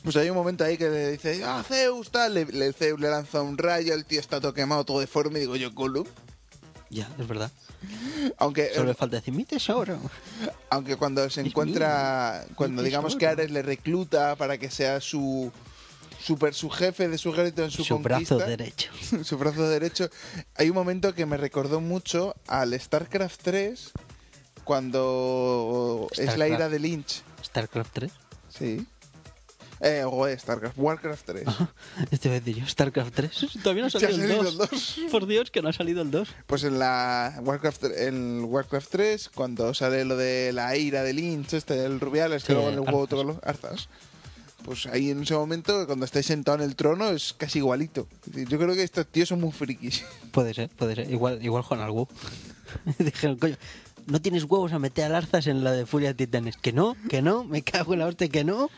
Speaker 1: Pues hay un momento ahí que le dice, ah, Zeus, tal. Le, le- Zeus le lanza un rayo, el tío está todo quemado, todo deforme. Digo yo, Gollum.
Speaker 2: Ya, es verdad.
Speaker 1: Aunque, eh,
Speaker 2: Solo le falta decir mi tesoro.
Speaker 1: aunque cuando se
Speaker 2: Es
Speaker 1: encuentra,
Speaker 2: mío,
Speaker 1: cuando
Speaker 2: mi
Speaker 1: digamos que
Speaker 2: tesoro.
Speaker 1: Ares le recluta para que sea su super su jefe de su ejército en su,
Speaker 2: Su, brazo
Speaker 1: conquista,
Speaker 2: derecho.
Speaker 1: su brazo derecho. Hay un momento que me recordó mucho al StarCraft 3 cuando es la
Speaker 2: Starcraft.
Speaker 1: ira de Lynch.
Speaker 2: StarCraft 3.
Speaker 1: Sí. Eh, o es StarCraft, WarCraft 3.
Speaker 2: Este voy a decir yo, StarCraft 3. Todavía no ha
Speaker 1: Ya
Speaker 2: salido,
Speaker 1: ha salido
Speaker 2: el 2. Por Dios, que no ha salido el 2.
Speaker 1: Pues en la Warcraft, en WarCraft 3, cuando sale lo de la ira de Lynch, este, el Rubiales, que
Speaker 2: Sí,
Speaker 1: luego en el juego
Speaker 2: Arthas.
Speaker 1: todos los Arthas. Pues ahí en ese momento, cuando estáis sentado en el trono, es casi igualito. Es decir, Yo creo que estos tíos son muy frikis.
Speaker 2: Puede ser, puede ser. Igual, igual Juan Algo. Dijeron, coño, no tienes huevos a meter al Arzas en la de Furia de Titanes. Que no, que no, me cago en la hostia, que no.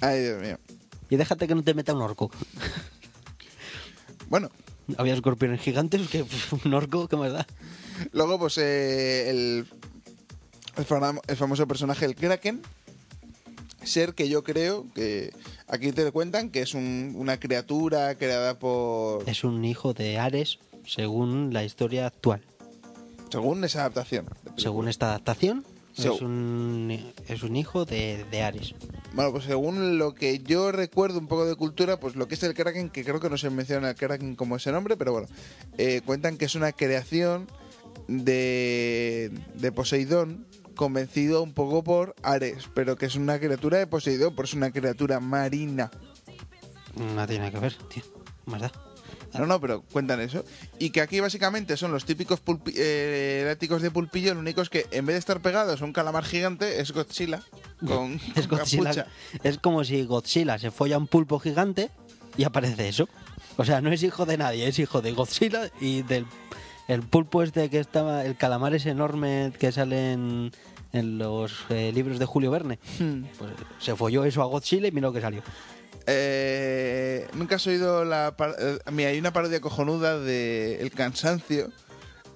Speaker 1: Ay, Dios mío.
Speaker 2: Y déjate que no te meta un orco.
Speaker 1: Bueno,
Speaker 2: Había escorpiones gigantes, que un orco, ¿qué más da?
Speaker 1: Luego, pues, eh, el, el, fam- el famoso personaje, el Kraken. Ser que yo creo que aquí te cuentan que es un- una criatura creada por.
Speaker 2: Es un hijo de Ares, según la historia actual.
Speaker 1: según esa adaptación. de película.
Speaker 2: Según esta adaptación,
Speaker 1: So-
Speaker 2: es, un, es un hijo de, de Ares.
Speaker 1: Bueno, pues según lo que yo recuerdo un poco de cultura, pues lo que es el Kraken, que creo que no se menciona el Kraken como ese nombre, pero bueno, eh, cuentan que es una creación de, de Poseidón, convencido un poco por Ares, pero que es una criatura de Poseidón, por es una criatura marina.
Speaker 2: No tiene nada que ver, tío. ¿Qué más da?
Speaker 1: Ah, No, no, pero cuentan eso. Y que aquí básicamente son los típicos pulpi eh, látigos de pulpillo, lo único es que en vez de estar pegados a un calamar gigante, es Godzilla. Con,
Speaker 2: Es,
Speaker 1: con
Speaker 2: Godzilla-
Speaker 1: capucha.
Speaker 2: es como si Godzilla se folla un pulpo gigante y aparece eso. O sea, no es hijo de nadie, es hijo de Godzilla y del el pulpo este que estaba, el calamar es enorme que sale en, en los eh, libros de Julio Verne.
Speaker 1: Hmm.
Speaker 2: Pues se folló eso a Godzilla y mira lo que salió.
Speaker 1: Eh, Nunca has oído la... par- eh, mira, hay una parodia cojonuda de El cansancio,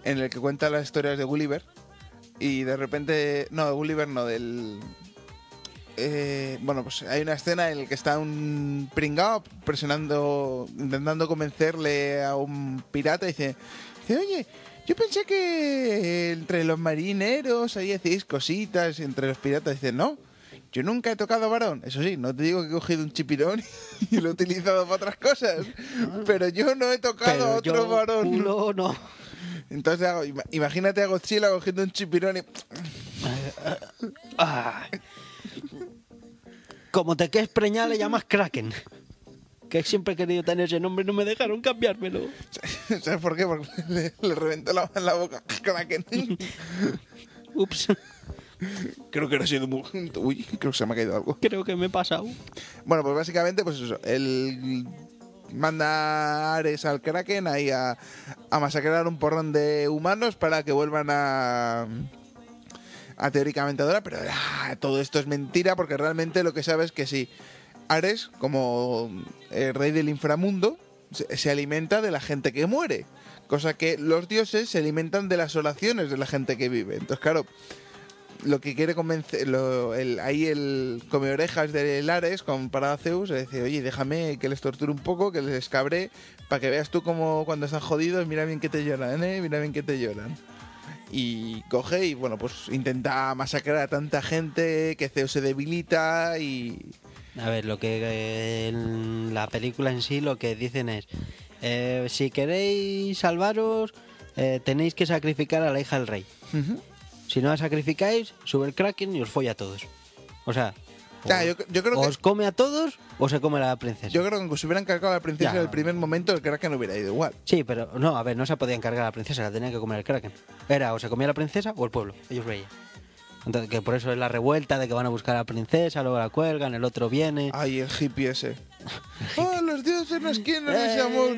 Speaker 1: en el que cuenta las historias de Gulliver. Y de repente... No, de Gulliver no, del... eh, bueno, pues hay una escena en la que está un pringao presionando, intentando convencerle a un pirata y dice, dice, oye, yo pensé que entre los marineros ahí hacéis cositas, entre los piratas dice, no, yo nunca he tocado varón. Eso sí, no te digo que he cogido un chipirón y lo he utilizado para otras cosas, pero yo no he tocado a
Speaker 2: Ah. Pero
Speaker 1: otro
Speaker 2: yo,
Speaker 1: varón.
Speaker 2: culo, no.
Speaker 1: Entonces hago- ima- imagínate a Godzilla cogiendo un chipirón y...
Speaker 2: Ah. Como te quedes preñada le llamas Kraken. que siempre he querido tener ese nombre, no me dejaron cambiármelo.
Speaker 1: ¿Sabes por qué? Porque le, le reventó la, la boca con aquel.
Speaker 2: Ups,
Speaker 1: creo que no ha sido muy... Uy, creo que se me ha caído algo.
Speaker 2: creo que me he pasado.
Speaker 1: Bueno, pues básicamente, pues eso. El manda a Ares al Kraken ahí a, a masacrar un porrón de humanos para que vuelvan a. a teóricamente adorar, pero ah, todo esto es mentira porque realmente lo que sabes es que si Ares, como el rey del inframundo, se, se alimenta de la gente que muere. Cosa que los dioses se alimentan de las oraciones de la gente que vive. Entonces, claro, lo que quiere convencer, lo- el- ahí el come orejas de Lares comparado a Zeus, es decir, oye, déjame que les torture un poco, que les cabre, para que veas tú como cuando están jodidos, mira bien que te lloran, eh, mira bien que te lloran. Y coge y, bueno, pues intenta masacrar a tanta gente que Zeus se debilita y...
Speaker 2: A ver, lo que eh, en la película en sí lo que dicen es, eh, si queréis salvaros, eh, tenéis que sacrificar a la hija del rey. Si no la sacrificáis, sube el kraken y os folla a todos. O sea, o-
Speaker 1: Ah, yo, yo creo
Speaker 2: o
Speaker 1: que,
Speaker 2: os come a todos o se come a la princesa.
Speaker 1: yo creo que aunque se hubieran cargado a la princesa
Speaker 2: Ya.
Speaker 1: en el primer momento, el Kraken hubiera ido igual.
Speaker 2: Sí, pero no, a ver, no se podía encargar a la princesa, la tenía que comer el kraken. Era o se comía la princesa o el pueblo, ellos veían. Entonces, que por eso es la revuelta de que van a buscar a la princesa, luego la cuelgan, el otro viene.
Speaker 1: Ay, el hippie ese. ¡Oh, los dioses nos quieren, ese
Speaker 2: Eh,
Speaker 1: amor!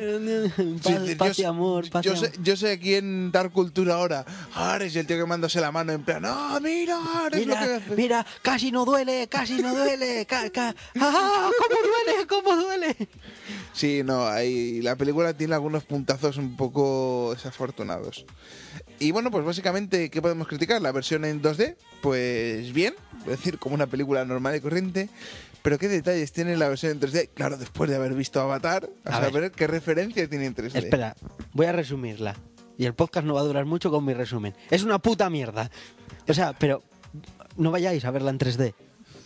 Speaker 1: Sí,
Speaker 2: Paz,
Speaker 1: decir,
Speaker 2: paz
Speaker 1: yo
Speaker 2: y
Speaker 1: sé-
Speaker 2: amor, paz y
Speaker 1: yo
Speaker 2: amor.
Speaker 1: sé, yo sé a quién dar cultura ahora. Ares, y el tío quemándose la mano en plan, ¡ah, mira, Ares, lo que
Speaker 2: Mira,
Speaker 1: hace!
Speaker 2: mira, casi no duele, casi no duele. ca- ca- ¡Ah, cómo duele, cómo duele!
Speaker 1: Sí, no, ahí la película tiene algunos puntazos un poco desafortunados. Y bueno, pues básicamente, ¿qué podemos criticar? La versión en 2D, pues bien, es decir, como una película normal y corriente. Pero ¿qué detalles tiene la versión en 3D? Claro, después de haber visto Avatar, a,
Speaker 2: A ver.
Speaker 1: saber qué referencia tiene en 3D.
Speaker 2: Espera, voy a resumirla. Y el podcast no va a durar mucho con mi resumen. Es una puta mierda. O sea, pero no vayáis a verla en 3D.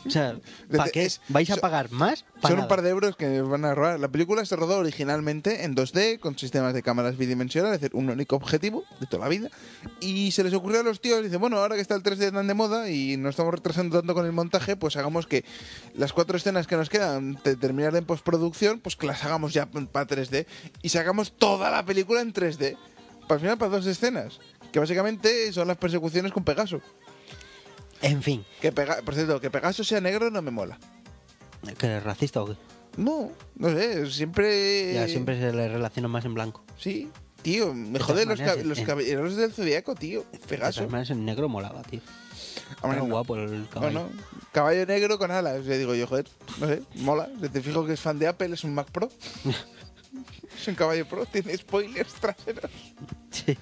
Speaker 2: O sea, ¿para
Speaker 1: Desde-
Speaker 2: qué?
Speaker 1: es-
Speaker 2: ¿Vais a
Speaker 1: so-
Speaker 2: pagar más? Pa'
Speaker 1: Son un
Speaker 2: nada.
Speaker 1: par de euros que nos van a robar. La película se rodó originalmente en 2D con sistemas de cámaras bidimensionales, es decir, un único objetivo de toda la vida. Y se les ocurrió a los tíos, dice, bueno, ahora que está el 3D tan de moda y nos estamos retrasando tanto con el montaje, pues hagamos que las cuatro escenas que nos quedan de terminar en postproducción, pues que las hagamos ya para 3D y sacamos toda la película en 3D. Para final, para dos escenas, que básicamente son las persecuciones con Pegaso.
Speaker 2: En fin,
Speaker 1: Que Pega- por cierto, que Pegaso sea negro no me mola.
Speaker 2: ¿que eres racista o qué?
Speaker 1: No, no sé, siempre...
Speaker 2: Ya siempre se le relaciona más en blanco.
Speaker 1: Sí, tío, me
Speaker 2: todas
Speaker 1: joden los,
Speaker 2: maneras,
Speaker 1: cab-
Speaker 2: en-
Speaker 1: los
Speaker 2: en-
Speaker 1: caballeros del zodiaco, tío.
Speaker 2: De todas
Speaker 1: Pegaso.
Speaker 2: maneras, en negro molaba, tío.
Speaker 1: Hombre,
Speaker 2: Era
Speaker 1: no.
Speaker 2: guapo el
Speaker 1: No,
Speaker 2: caballo.
Speaker 1: no. Caballo negro con alas. Le digo yo, joder, no sé, mola. Si Te fijo que es fan de Apple, es un Mac Pro. es un caballo pro, tiene spoilers traseros.
Speaker 2: Sí.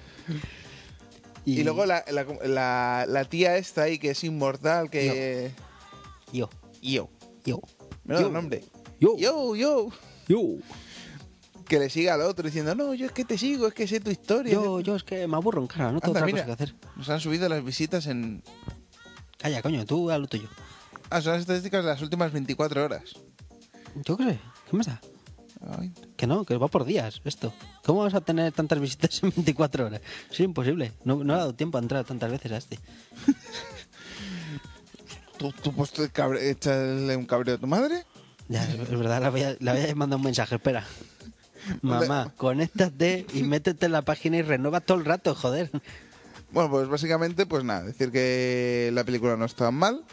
Speaker 1: Y, luego la, la, la- la tía esta ahí que es inmortal, que.
Speaker 2: Yo,
Speaker 1: Yo.
Speaker 2: yo,
Speaker 1: Menudo
Speaker 2: Yo.
Speaker 1: nombre.
Speaker 2: yo,
Speaker 1: Yo, yo.
Speaker 2: yo.
Speaker 1: Que le siga al otro diciendo, no, yo es que te sigo, es que sé tu historia.
Speaker 2: Yo, yo es que me aburro en cara, no tengo
Speaker 1: Anda,
Speaker 2: otra
Speaker 1: mira.
Speaker 2: cosa que hacer.
Speaker 1: Nos han subido las visitas en.
Speaker 2: Calla, coño, tú a lo tuyo.
Speaker 1: Ah, son las estadísticas de las últimas 24 horas.
Speaker 2: Yo qué sé, ¿qué más da?
Speaker 1: Ay,
Speaker 2: Que no, que va por días esto. ¿Cómo vas a tener tantas visitas en 24 horas? Es imposible. No, no ha dado tiempo a entrar tantas veces a este.
Speaker 1: ¿Tú, tú pues, te cabre- échale un cabreo a tu madre?
Speaker 2: Ya, es es verdad, la voy a, la voy a mandar un mensaje, espera. Mamá, conéctate y métete en la página y renueva todo el rato, joder.
Speaker 1: Bueno, pues básicamente, pues nada, decir que la película no está mal.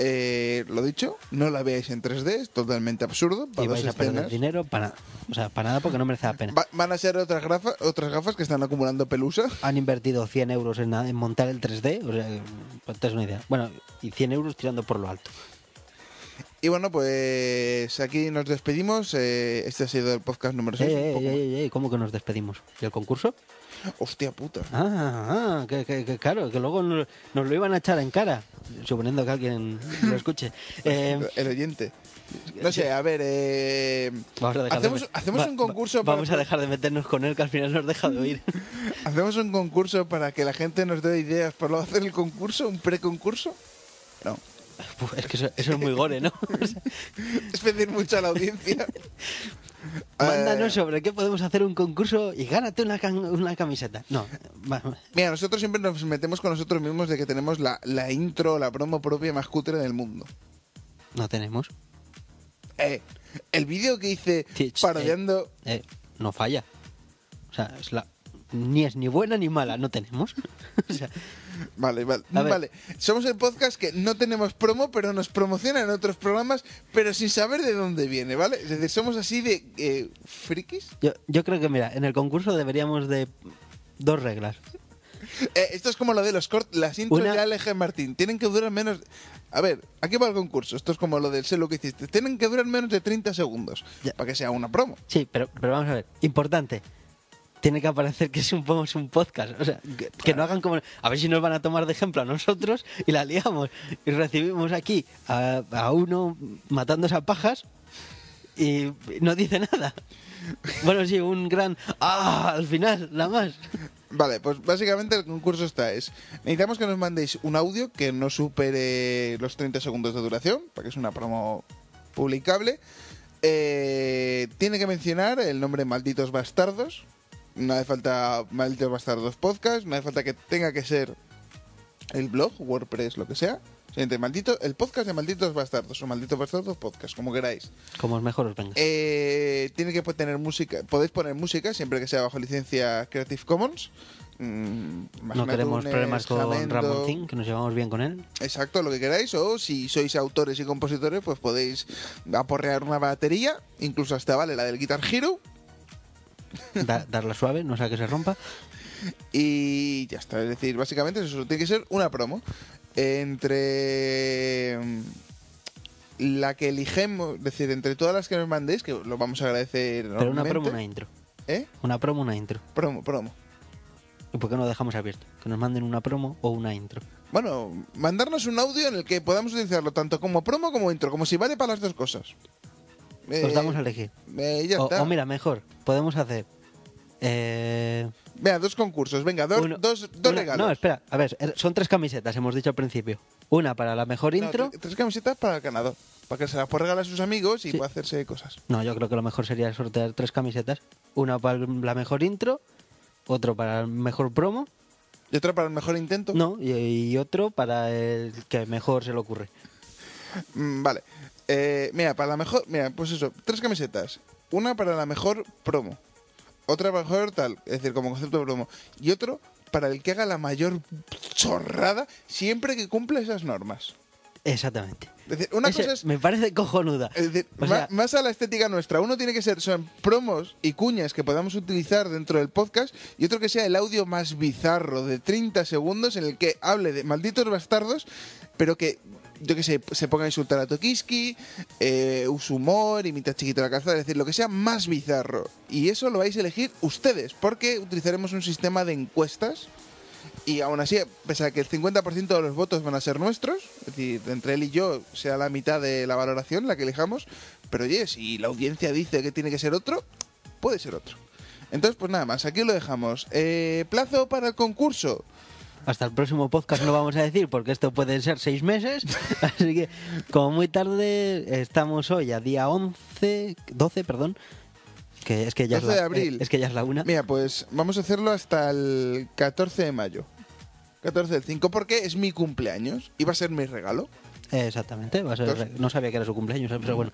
Speaker 1: Eh, lo dicho, no la veáis en 3D, es totalmente absurdo.
Speaker 2: Y
Speaker 1: Para dos
Speaker 2: vais a perder
Speaker 1: escenas.
Speaker 2: dinero para nada. O sea, para nada porque no merece la pena.
Speaker 1: Va- van a ser otras gafas, otras gafas que están acumulando pelusa.
Speaker 2: Han invertido 100 euros en, en montar el 3D, o sea, para una idea. Bueno, y 100 euros tirando por lo alto.
Speaker 1: Y bueno, pues aquí nos despedimos. Eh, este ha sido el podcast número 6.
Speaker 2: Eh, eh, eh, eh, ¿Cómo que nos despedimos? ¿Y el concurso?
Speaker 1: Hostia puta.
Speaker 2: Ah, ah, que, que- que claro, que luego nos, nos lo iban a echar en cara, suponiendo que alguien lo escuche. Eh,
Speaker 1: El oyente. No sé, a ver, eh,
Speaker 2: vamos a dejar de
Speaker 1: hacemos,
Speaker 2: met-
Speaker 1: hacemos
Speaker 2: va-
Speaker 1: un concurso
Speaker 2: va-
Speaker 1: para-
Speaker 2: Vamos a dejar de meternos con él, que al final nos deja de oír.
Speaker 1: ¿Hacemos un concurso para que la gente nos dé ideas para luego hacer el concurso? ¿Un preconcurso? No.
Speaker 2: Pues es que eso, eso es muy gore, ¿no? O sea,
Speaker 1: Es pedir mucho a la audiencia.
Speaker 2: mándanos
Speaker 1: Eh,
Speaker 2: sobre qué podemos hacer un concurso y gánate una, can- una camiseta. No, va-
Speaker 1: mira, nosotros siempre nos metemos con nosotros mismos de que tenemos la, la intro, la promo propia más cutre del mundo.
Speaker 2: no tenemos.
Speaker 1: eh, el vídeo que hice
Speaker 2: Sí, ch-
Speaker 1: parodiando.
Speaker 2: eh, no falla. O sea, es la- ni es ni buena ni mala, no tenemos. O sea,
Speaker 1: Vale, vale,
Speaker 2: A ver.
Speaker 1: vale. Somos el podcast que no tenemos promo, pero nos promocionan otros programas, pero sin saber de dónde viene, ¿vale? Es decir, somos así de eh, frikis.
Speaker 2: yo, yo creo que, mira, en el concurso deberíamos de dos reglas.
Speaker 1: Eh, esto es como lo de los cortes, las intros
Speaker 2: Una-
Speaker 1: de Aleje Martín. Tienen que durar menos. A ver, aquí va el concurso. Esto es como lo del sé lo que hiciste. Tienen que durar menos de 30 segundos
Speaker 2: Ya.
Speaker 1: para que sea una promo.
Speaker 2: Sí, pero, pero vamos a ver, importante. Tiene que aparecer que es un, es un podcast. O sea, que, que no hagan como. A ver si nos van a tomar de ejemplo a nosotros y la liamos. Y recibimos aquí a, a uno matándose a pajas y no dice nada. Bueno, sí, un gran. ¡Ah! Al final, nada más.
Speaker 1: Vale, pues básicamente el concurso está es. Necesitamos que nos mandéis un audio que no supere los 30 segundos de duración, porque es una promo publicable. Eh, tiene que mencionar el nombre Malditos Bastardos. No hace falta Malditos Bastardos Podcast, no hace falta que tenga que ser el blog, WordPress, lo que sea. Siguiente, maldito, el podcast de Malditos Bastardos o Malditos Bastardos Podcast, como queráis.
Speaker 2: Como os mejor os venga.
Speaker 1: Eh, tiene que tener música. Podéis poner música siempre que sea bajo licencia Creative Commons. Mm,
Speaker 2: No
Speaker 1: imagínate
Speaker 2: queremos
Speaker 1: un, eh,
Speaker 2: problemas con
Speaker 1: Jamendo,
Speaker 2: Ramoncín, que nos llevamos bien con él.
Speaker 1: Exacto, lo que queráis. O si sois autores y compositores, pues podéis aporrear una batería. Incluso hasta vale la del Guitar Hero.
Speaker 2: Da- darla suave, no sea que se rompa.
Speaker 1: Y ya está. Es decir, básicamente eso tiene que ser una promo. Entre mm, la que eligemos, es decir, entre todas las que nos mandéis, que lo vamos a agradecer.
Speaker 2: Pero una promo,
Speaker 1: enormemente.
Speaker 2: una intro.
Speaker 1: ¿Eh?
Speaker 2: Una promo, una intro.
Speaker 1: Promo, promo.
Speaker 2: ¿Y por qué no lo dejamos abierto? Que nos manden una promo o una intro.
Speaker 1: Bueno, mandarnos un audio en el que podamos utilizarlo tanto como promo como intro, como si vale para las dos cosas.
Speaker 2: Nos
Speaker 1: Eh,
Speaker 2: damos a elegir.
Speaker 1: eh, ya
Speaker 2: O,
Speaker 1: está.
Speaker 2: o mira, mejor, podemos hacer. eh,
Speaker 1: Venga, dos concursos, venga, dos,
Speaker 2: uno-
Speaker 1: dos, dos
Speaker 2: una-
Speaker 1: regalos.
Speaker 2: No, espera, a ver, er- son tres camisetas, hemos dicho al principio. Una para la mejor
Speaker 1: No,
Speaker 2: intro.
Speaker 1: tres, tres camisetas para el ganador, para que se las pueda regalar a sus amigos y
Speaker 2: Sí.
Speaker 1: pueda hacerse cosas.
Speaker 2: No, yo creo que lo mejor sería sortear tres camisetas. Una para la mejor intro, otro para el mejor promo,
Speaker 1: Y otra para el mejor intento.
Speaker 2: no, y, y otro para el que mejor se le ocurre.
Speaker 1: Mm, vale. Eh, mira, para la mejor. Mira, pues eso, tres camisetas. Una para la mejor promo. Otra para la mejor tal, es decir, como concepto de promo. Y otro para el que haga la mayor chorrada siempre que cumpla esas normas.
Speaker 2: Exactamente.
Speaker 1: Es decir, una
Speaker 2: Ese
Speaker 1: cosa es.
Speaker 2: Me parece cojonuda.
Speaker 1: es decir,
Speaker 2: O
Speaker 1: ma-
Speaker 2: sea,
Speaker 1: más, a la estética nuestra. Uno tiene que ser son promos y cuñas que podamos utilizar dentro del podcast y otro que sea el audio más bizarro de 30 segundos en el que hable de malditos bastardos, pero que, yo que sé, se ponga a insultar a Tokiski, eh, su humor, imita a chiquito la calzada, es decir, lo que sea más bizarro. Y eso lo vais a elegir ustedes, porque utilizaremos un sistema de encuestas y aún así, pese a que el 50% de los votos van a ser nuestros, es decir, entre él y yo sea la mitad de la valoración la que elijamos, pero oye, si la audiencia dice que tiene que ser otro, puede ser otro. Entonces, pues nada más, aquí lo dejamos. Eh, plazo para el concurso.
Speaker 2: Hasta el próximo podcast no vamos a decir porque esto pueden ser seis meses. Así que, como muy tarde, estamos hoy a día 11, 12, perdón. Que es que ya
Speaker 1: 12
Speaker 2: es
Speaker 1: de
Speaker 2: la,
Speaker 1: abril.
Speaker 2: eh, Es que ya es la una.
Speaker 1: Mira, pues vamos a hacerlo hasta el 14 de mayo. 14 del 5, porque es mi cumpleaños y va a ser mi regalo.
Speaker 2: Eh, Exactamente. va a ser-
Speaker 1: Entonces-
Speaker 2: no sabía que era su cumpleaños, eh, pero bueno.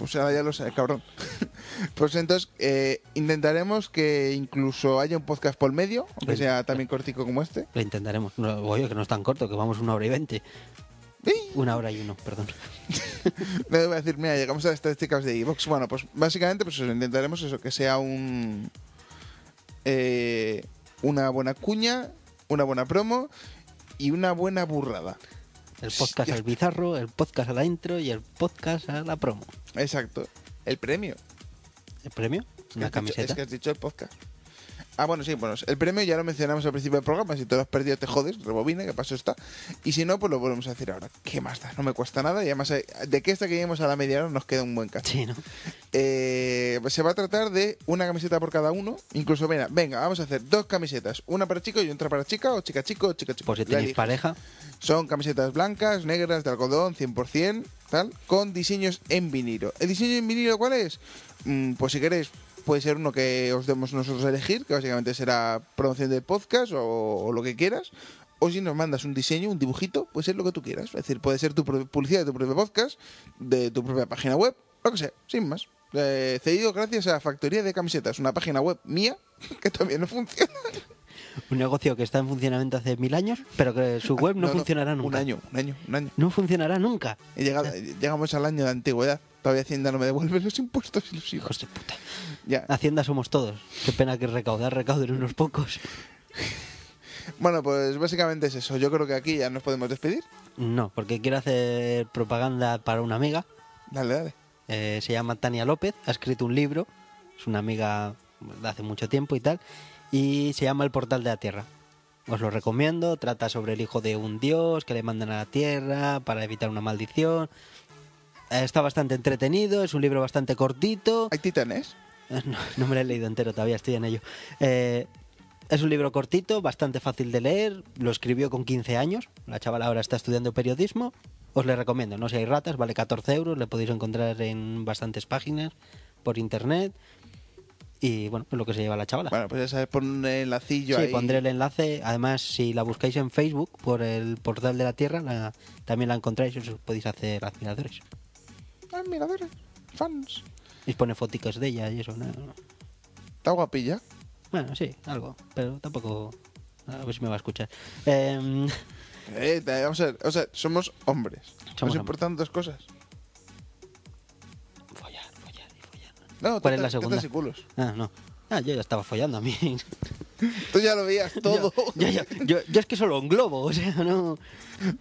Speaker 1: O sea, ya lo sé, cabrón. pues entonces, eh, intentaremos que incluso haya un podcast por medio, aunque
Speaker 2: Sí.
Speaker 1: sea también cortico como este.
Speaker 2: Lo intentaremos. No, oye, que no es tan corto, que vamos una hora y veinte.
Speaker 1: ¡Ey!
Speaker 2: Una hora y uno, perdón.
Speaker 1: No iba a decir, mira, llegamos a las estadísticas de Evox. Bueno, pues básicamente pues eso, intentaremos eso, que sea un eh, una buena cuña, una buena promo y una buena burrada.
Speaker 2: El podcast al bizarro, el podcast a la intro y el podcast a la promo.
Speaker 1: Exacto. El premio.
Speaker 2: ¿El premio? Una
Speaker 1: Es que has dicho-
Speaker 2: camiseta.
Speaker 1: es que has dicho el podcast. Ah, bueno, sí, bueno, el premio ya lo mencionamos al principio del programa. Si te lo has perdido, te jodes, rebobina, que paso está. Y si no, pues lo volvemos a decir ahora. ¿Qué más da? No me cuesta nada. Y además, eh, de que esta que lleguemos a la media hora nos queda un buen cacho.
Speaker 2: Sí, ¿no? Pues
Speaker 1: Eh, se va a tratar de una camiseta por cada uno. Incluso, venga, venga, vamos a hacer dos camisetas. Una para chico y otra para chica, o chica chico, o chica chico.
Speaker 2: Por Pues si
Speaker 1: La
Speaker 2: tenéis
Speaker 1: eliges.
Speaker 2: pareja.
Speaker 1: Son camisetas blancas, negras, de algodón, 100%, tal, con diseños en vinilo. ¿El diseño en vinilo cuál es? Mm, pues si queréis, puede ser uno que os demos nosotros a elegir, que básicamente será promoción del podcast o, o lo que quieras. O si nos mandas un diseño, un dibujito, puede ser lo que tú quieras. Es decir, puede ser tu propia publicidad de tu propio podcast, de tu propia página web, Lo que sea, sin más. Eh, cedido gracias a Factoría de Camisetas, una página web mía que también no funciona.
Speaker 2: Un negocio que está en funcionamiento hace mil años, pero que su web no, funcionará nunca.
Speaker 1: Ah, Un año, un año, un año.
Speaker 2: No funcionará nunca.
Speaker 1: Y llega- llegamos al año de antigüedad. Todavía Hacienda no me devuelve los impuestos y los hijos.
Speaker 2: Hijos de puta.
Speaker 1: Ya.
Speaker 2: Hacienda somos todos. Qué pena que recaudar recauden unos pocos.
Speaker 1: Bueno, pues básicamente es eso. Yo creo que aquí ya nos podemos despedir.
Speaker 2: No, porque quiero hacer propaganda para una amiga.
Speaker 1: Dale, dale.
Speaker 2: Eh, se llama Tania López, ha escrito un libro, es una amiga de hace mucho tiempo y tal, y se llama El Portal de la Tierra. Os lo recomiendo, trata sobre el hijo de un dios que le mandan a la Tierra para evitar una maldición. Eh, Está bastante entretenido, es un libro bastante cortito.
Speaker 1: ¿Hay titanes?
Speaker 2: Eh, No, no me lo he leído entero todavía, estoy en ello. Eh, es un libro cortito, bastante fácil de leer. Lo escribió con 15 años. La chavala ahora está estudiando periodismo. Os le recomiendo, no seáis ratas, vale 14 euros. Le podéis encontrar en bastantes páginas por internet. Y bueno, es lo que se lleva la chavala.
Speaker 1: Bueno, pues ya sabes, pon un enlacillo
Speaker 2: sí,
Speaker 1: ahí.
Speaker 2: pondré el enlace. Además, si la buscáis en Facebook por el portal de la Tierra, la- también la encontráis y os podéis hacer admiradores.
Speaker 1: Ah, miradores, fans.
Speaker 2: Y pone foticos de ella y eso. ¿no?
Speaker 1: Está guapilla.
Speaker 2: Bueno, sí, algo, pero tampoco. A ver si me va a escuchar. Em,
Speaker 1: Eh, te- vamos a ver, o sea, somos hombres.
Speaker 2: Somos
Speaker 1: Nos importan dos cosas.
Speaker 2: follar, follar y follar.
Speaker 1: No,
Speaker 2: ¿Cuál es
Speaker 1: tetas-
Speaker 2: la segunda?
Speaker 1: tetas y culos.
Speaker 2: Ah, no. Ah, yo ya estaba follando a mí.
Speaker 1: Tú ya lo veías todo.
Speaker 2: Yo, yo, yo, yo- yo es que solo un globo, o sea, no.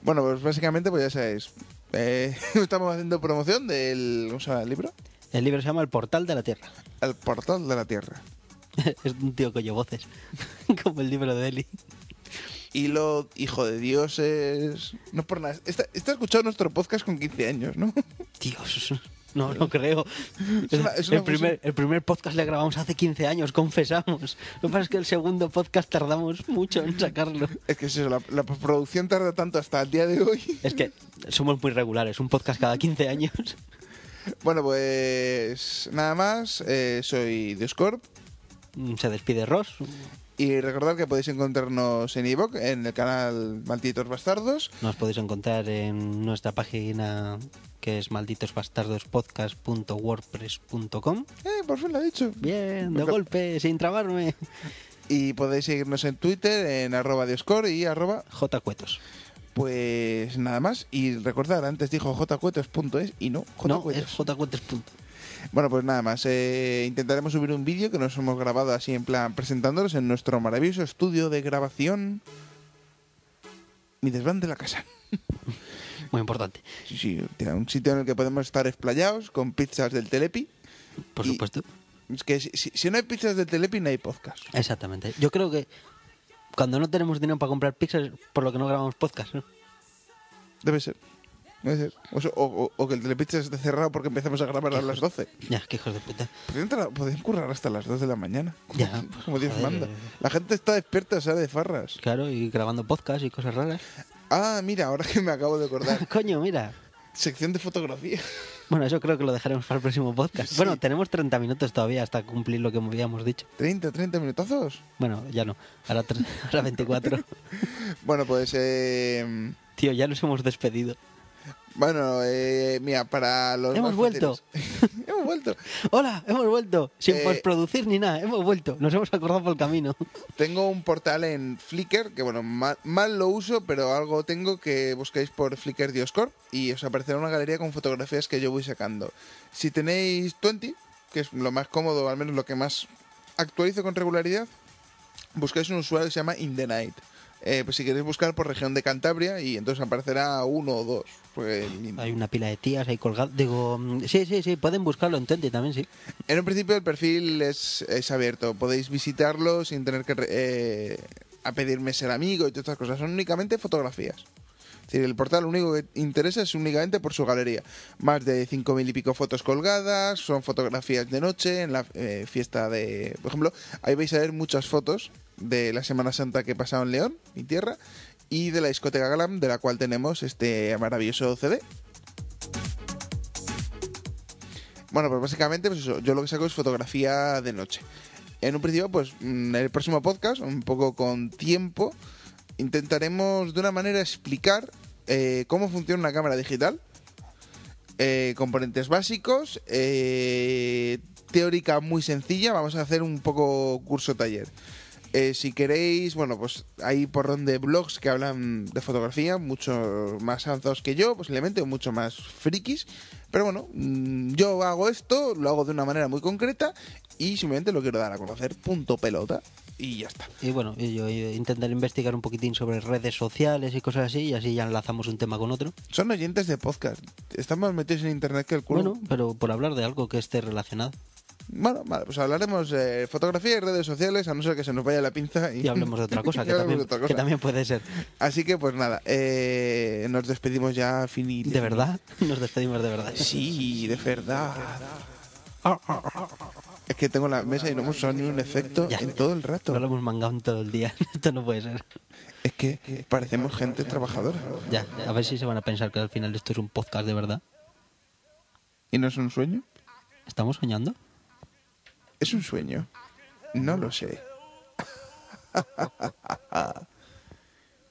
Speaker 1: Bueno, pues básicamente, pues ya sabéis. eh, estamos haciendo promoción del ¿cómo se llama el libro?
Speaker 2: El libro se llama El Portal de la Tierra.
Speaker 1: El portal de la Tierra.
Speaker 2: Es un tío que oye voces, como el libro de Eli.
Speaker 1: Hilo, hijo de dioses. No es por nada. Está, está escuchando nuestro podcast con 15 años, ¿no?
Speaker 2: Dios, no lo creo.
Speaker 1: Es una- es una
Speaker 2: el, primer, el primer podcast le grabamos hace 15 años, confesamos. Lo que pasa es que el segundo podcast tardamos mucho en sacarlo.
Speaker 1: Es que es eso, la, la postproducción tarda tanto hasta el día de hoy.
Speaker 2: Es que somos muy regulares, un podcast cada 15 años.
Speaker 1: Bueno, pues nada más. eh, soy Dioscorp.
Speaker 2: Mm, Se despide Ross.
Speaker 1: Y recordad que podéis encontrarnos en iVoox, en el canal Malditos Bastardos.
Speaker 2: Nos podéis encontrar en nuestra página que es malditosbastardospodcast.wordpress.com.
Speaker 1: Eh, por fin lo he dicho.
Speaker 2: Bien, de
Speaker 1: Perfecto.
Speaker 2: golpe, sin trabarme.
Speaker 1: Y podéis seguirnos en Twitter, en arroba Dioscorp y arroba
Speaker 2: J. Cuetos.
Speaker 1: Pues nada más. Y recordad, antes dijo jcuetos.es y no
Speaker 2: No, es
Speaker 1: jcuetos.
Speaker 2: jcuetos.
Speaker 1: Bueno, pues nada más. eh, intentaremos subir un vídeo que nos hemos grabado así en plan presentándolos en nuestro maravilloso estudio de grabación. Mi desván de la casa.
Speaker 2: Muy importante,
Speaker 1: Sí, sí, tiene un sitio en el que podemos estar explayados con pizzas del Telepi.
Speaker 2: por
Speaker 1: Y-
Speaker 2: supuesto.
Speaker 1: Es que si, si- si no hay pizzas del Telepi, no hay podcast.
Speaker 2: Exactamente. Yo creo que cuando no tenemos dinero para comprar pizzas, por lo que no grabamos podcast, ¿no?
Speaker 1: Debe ser. Debe ser. O, so- o- o- o que el Telepizza esté cerrado porque empezamos a grabar a las 12.
Speaker 2: Ya, que hijos de puta.
Speaker 1: Podrían, tra- podrían currar hasta las 2 de la mañana.
Speaker 2: Ya, pues,
Speaker 1: Como Dios
Speaker 2: joder.
Speaker 1: manda. La gente está despierta, sale de farras.
Speaker 2: Claro, y grabando podcast y cosas raras.
Speaker 1: Ah, mira, ahora que me acabo de acordar.
Speaker 2: Coño, mira.
Speaker 1: Sección de fotografía.
Speaker 2: Bueno, eso creo que lo dejaremos para el próximo podcast.
Speaker 1: Sí.
Speaker 2: Bueno, tenemos 30 minutos todavía hasta cumplir lo que habíamos dicho.
Speaker 1: 30, 30 minutazos.
Speaker 2: Bueno, ya no. Ahora, tre- ahora 24.
Speaker 1: Bueno, pues, eh,
Speaker 2: Tío, ya nos hemos despedido.
Speaker 1: bueno, eh, mira, para los.
Speaker 2: Hemos
Speaker 1: más
Speaker 2: vuelto.
Speaker 1: fáciles. Hemos vuelto.
Speaker 2: ¡Hola! ¡Hemos vuelto! Sin
Speaker 1: Eh,
Speaker 2: postproducir ni nada, hemos vuelto. Nos hemos acordado por el camino.
Speaker 1: Tengo un portal en Flickr, que bueno, mal, mal lo uso, pero algo tengo que buscáis por Flickr Dioscorp y os aparecerá una galería con fotografías que yo voy sacando. Si tenéis 20, que es lo más cómodo, al menos lo que más actualizo con regularidad, buscáis un usuario que se llama In the Night. Eh, pues si queréis buscar por región de Cantabria y entonces aparecerá uno o dos. porque el-
Speaker 2: Hay una pila de tías ahí colgadas. Digo, mm, sí, sí, sí, pueden buscarlo en Twenty también, sí.
Speaker 1: En un principio el perfil es, es abierto, podéis visitarlo sin tener que re- eh, a pedirme ser amigo y todas estas cosas, son únicamente fotografías. Es decir, el portal lo único que interesa es únicamente por su galería. Más de 5.000 y pico fotos colgadas, son fotografías de noche, en la eh, fiesta de... Por ejemplo, ahí vais a ver muchas fotos de la Semana Santa que he pasado en León, mi tierra, y de la discoteca Glam, de la cual tenemos este maravilloso CD. Bueno, pues básicamente, pues eso, yo lo que saco es fotografía de noche. En un principio, pues mm, el próximo podcast, un poco con tiempo, intentaremos de una manera explicar eh, cómo funciona una cámara digital eh, componentes básicos, eh, teórica muy sencilla, vamos a hacer un poco curso taller. Eh, si queréis, bueno, pues hay porrón de blogs que hablan de fotografía, mucho más avanzados que yo, posiblemente, o mucho más frikis. Pero bueno, mm, yo hago esto, lo hago de una manera muy concreta y simplemente lo quiero dar a conocer, punto pelota, y ya está.
Speaker 2: Y bueno, y yo yo intentaré investigar un poquitín sobre redes sociales y cosas así, y así ya enlazamos un tema con otro.
Speaker 1: Son oyentes de podcast, están más metidos en internet que el culo.
Speaker 2: Bueno, pero por hablar de algo que esté relacionado.
Speaker 1: Bueno, vale, pues hablaremos de fotografía y redes sociales, a no ser que se nos vaya la pinza. Y,
Speaker 2: Y hablemos de otra cosa,
Speaker 1: y
Speaker 2: que,
Speaker 1: hablemos
Speaker 2: también,
Speaker 1: de otra
Speaker 2: que
Speaker 1: cosa.
Speaker 2: también puede ser.
Speaker 1: Así que, pues nada, eh, nos despedimos ya finito.
Speaker 2: ¿De verdad? Nos despedimos de verdad.
Speaker 1: Sí, de verdad. Es que tengo la mesa y no hemos usado ni un efecto
Speaker 2: Ya.
Speaker 1: en todo el rato.
Speaker 2: No lo hemos mangado en todo el día. Esto no puede ser.
Speaker 1: Es que parecemos gente trabajadora.
Speaker 2: Ya, a ver si se van a pensar que al final esto es un podcast de verdad.
Speaker 1: ¿Y no es un sueño?
Speaker 2: ¿Estamos soñando?
Speaker 1: ¿Es un sueño? No lo sé.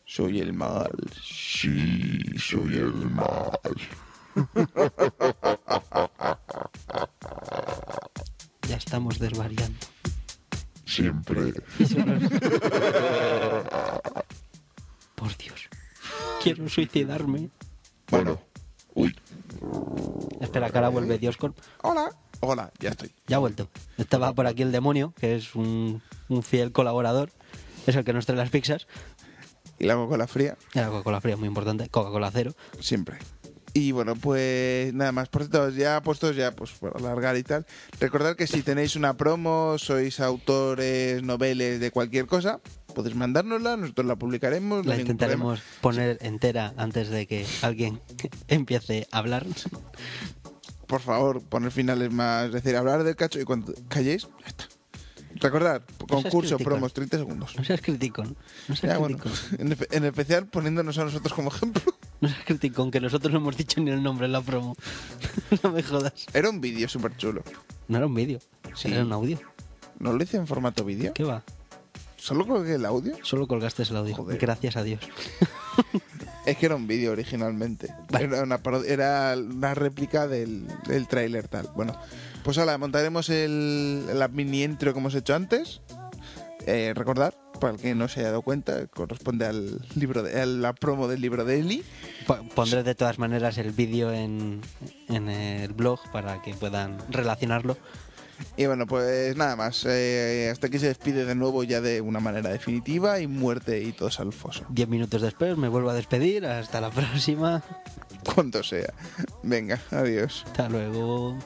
Speaker 1: soy el mal. Sí, soy el mal.
Speaker 2: Ya estamos desvariando.
Speaker 4: siempre.
Speaker 2: Por Dios. Quiero suicidarme.
Speaker 4: Bueno, uy,
Speaker 2: Espera, que ahora vuelve Dioscorp.
Speaker 1: Hola. Hola, ya estoy.
Speaker 2: Ya ha vuelto. Estaba por aquí el demonio, que es un, un fiel colaborador. Es el que nos trae las pizzas.
Speaker 1: Y la Coca-Cola fría,
Speaker 2: Y la Coca-Cola fría es muy importante. Coca-Cola cero.
Speaker 1: siempre. Y bueno, pues nada más, por cierto, ya puestos, ya pues bueno, largar y tal. Recordad que si tenéis una promo, sois autores, noveles, de cualquier cosa, podéis mandárnosla, nosotros la publicaremos. no
Speaker 2: La
Speaker 1: hay ningún problema.
Speaker 2: intentaremos poner entera antes de que alguien empiece a hablar.
Speaker 1: por favor, poner finales más. Es decir, hablar del cacho y cuando calléis, ya está. Recordad, concurso,
Speaker 2: crítico.
Speaker 1: promos, 30 segundos.
Speaker 2: No seas criticón. No seas
Speaker 1: Ya, bueno,
Speaker 2: criticón.
Speaker 1: en, espe- en especial poniéndonos a nosotros como ejemplo.
Speaker 2: No seas criticón, que nosotros no hemos dicho ni el nombre en la promo. no me jodas.
Speaker 1: Era un vídeo súper chulo.
Speaker 2: No era un vídeo.
Speaker 1: Sí.
Speaker 2: Era un audio.
Speaker 1: No lo hice en formato vídeo,
Speaker 2: ¿Qué va?
Speaker 1: solo colgué el audio.
Speaker 2: Solo colgaste el audio.
Speaker 1: Joder.
Speaker 2: Gracias a Dios.
Speaker 1: Es que era un vídeo originalmente.
Speaker 2: Vale.
Speaker 1: Era, una paro- era una réplica del, del tráiler tal. Bueno, pues ahora montaremos el, la mini intro que hemos hecho antes. Eh, recordar, para el que no se haya dado cuenta, corresponde al libro de- a la promo del libro de Eli.
Speaker 2: Po- Pondré de todas maneras el vídeo en, en el blog para que puedan relacionarlo.
Speaker 1: Y bueno, pues nada más. Eh, hasta aquí se despide de nuevo ya de una manera definitiva y muerte y todos al foso.
Speaker 2: Diez minutos después me vuelvo a despedir. Hasta la próxima.
Speaker 1: Cuanto sea. Venga, adiós.
Speaker 2: Hasta luego.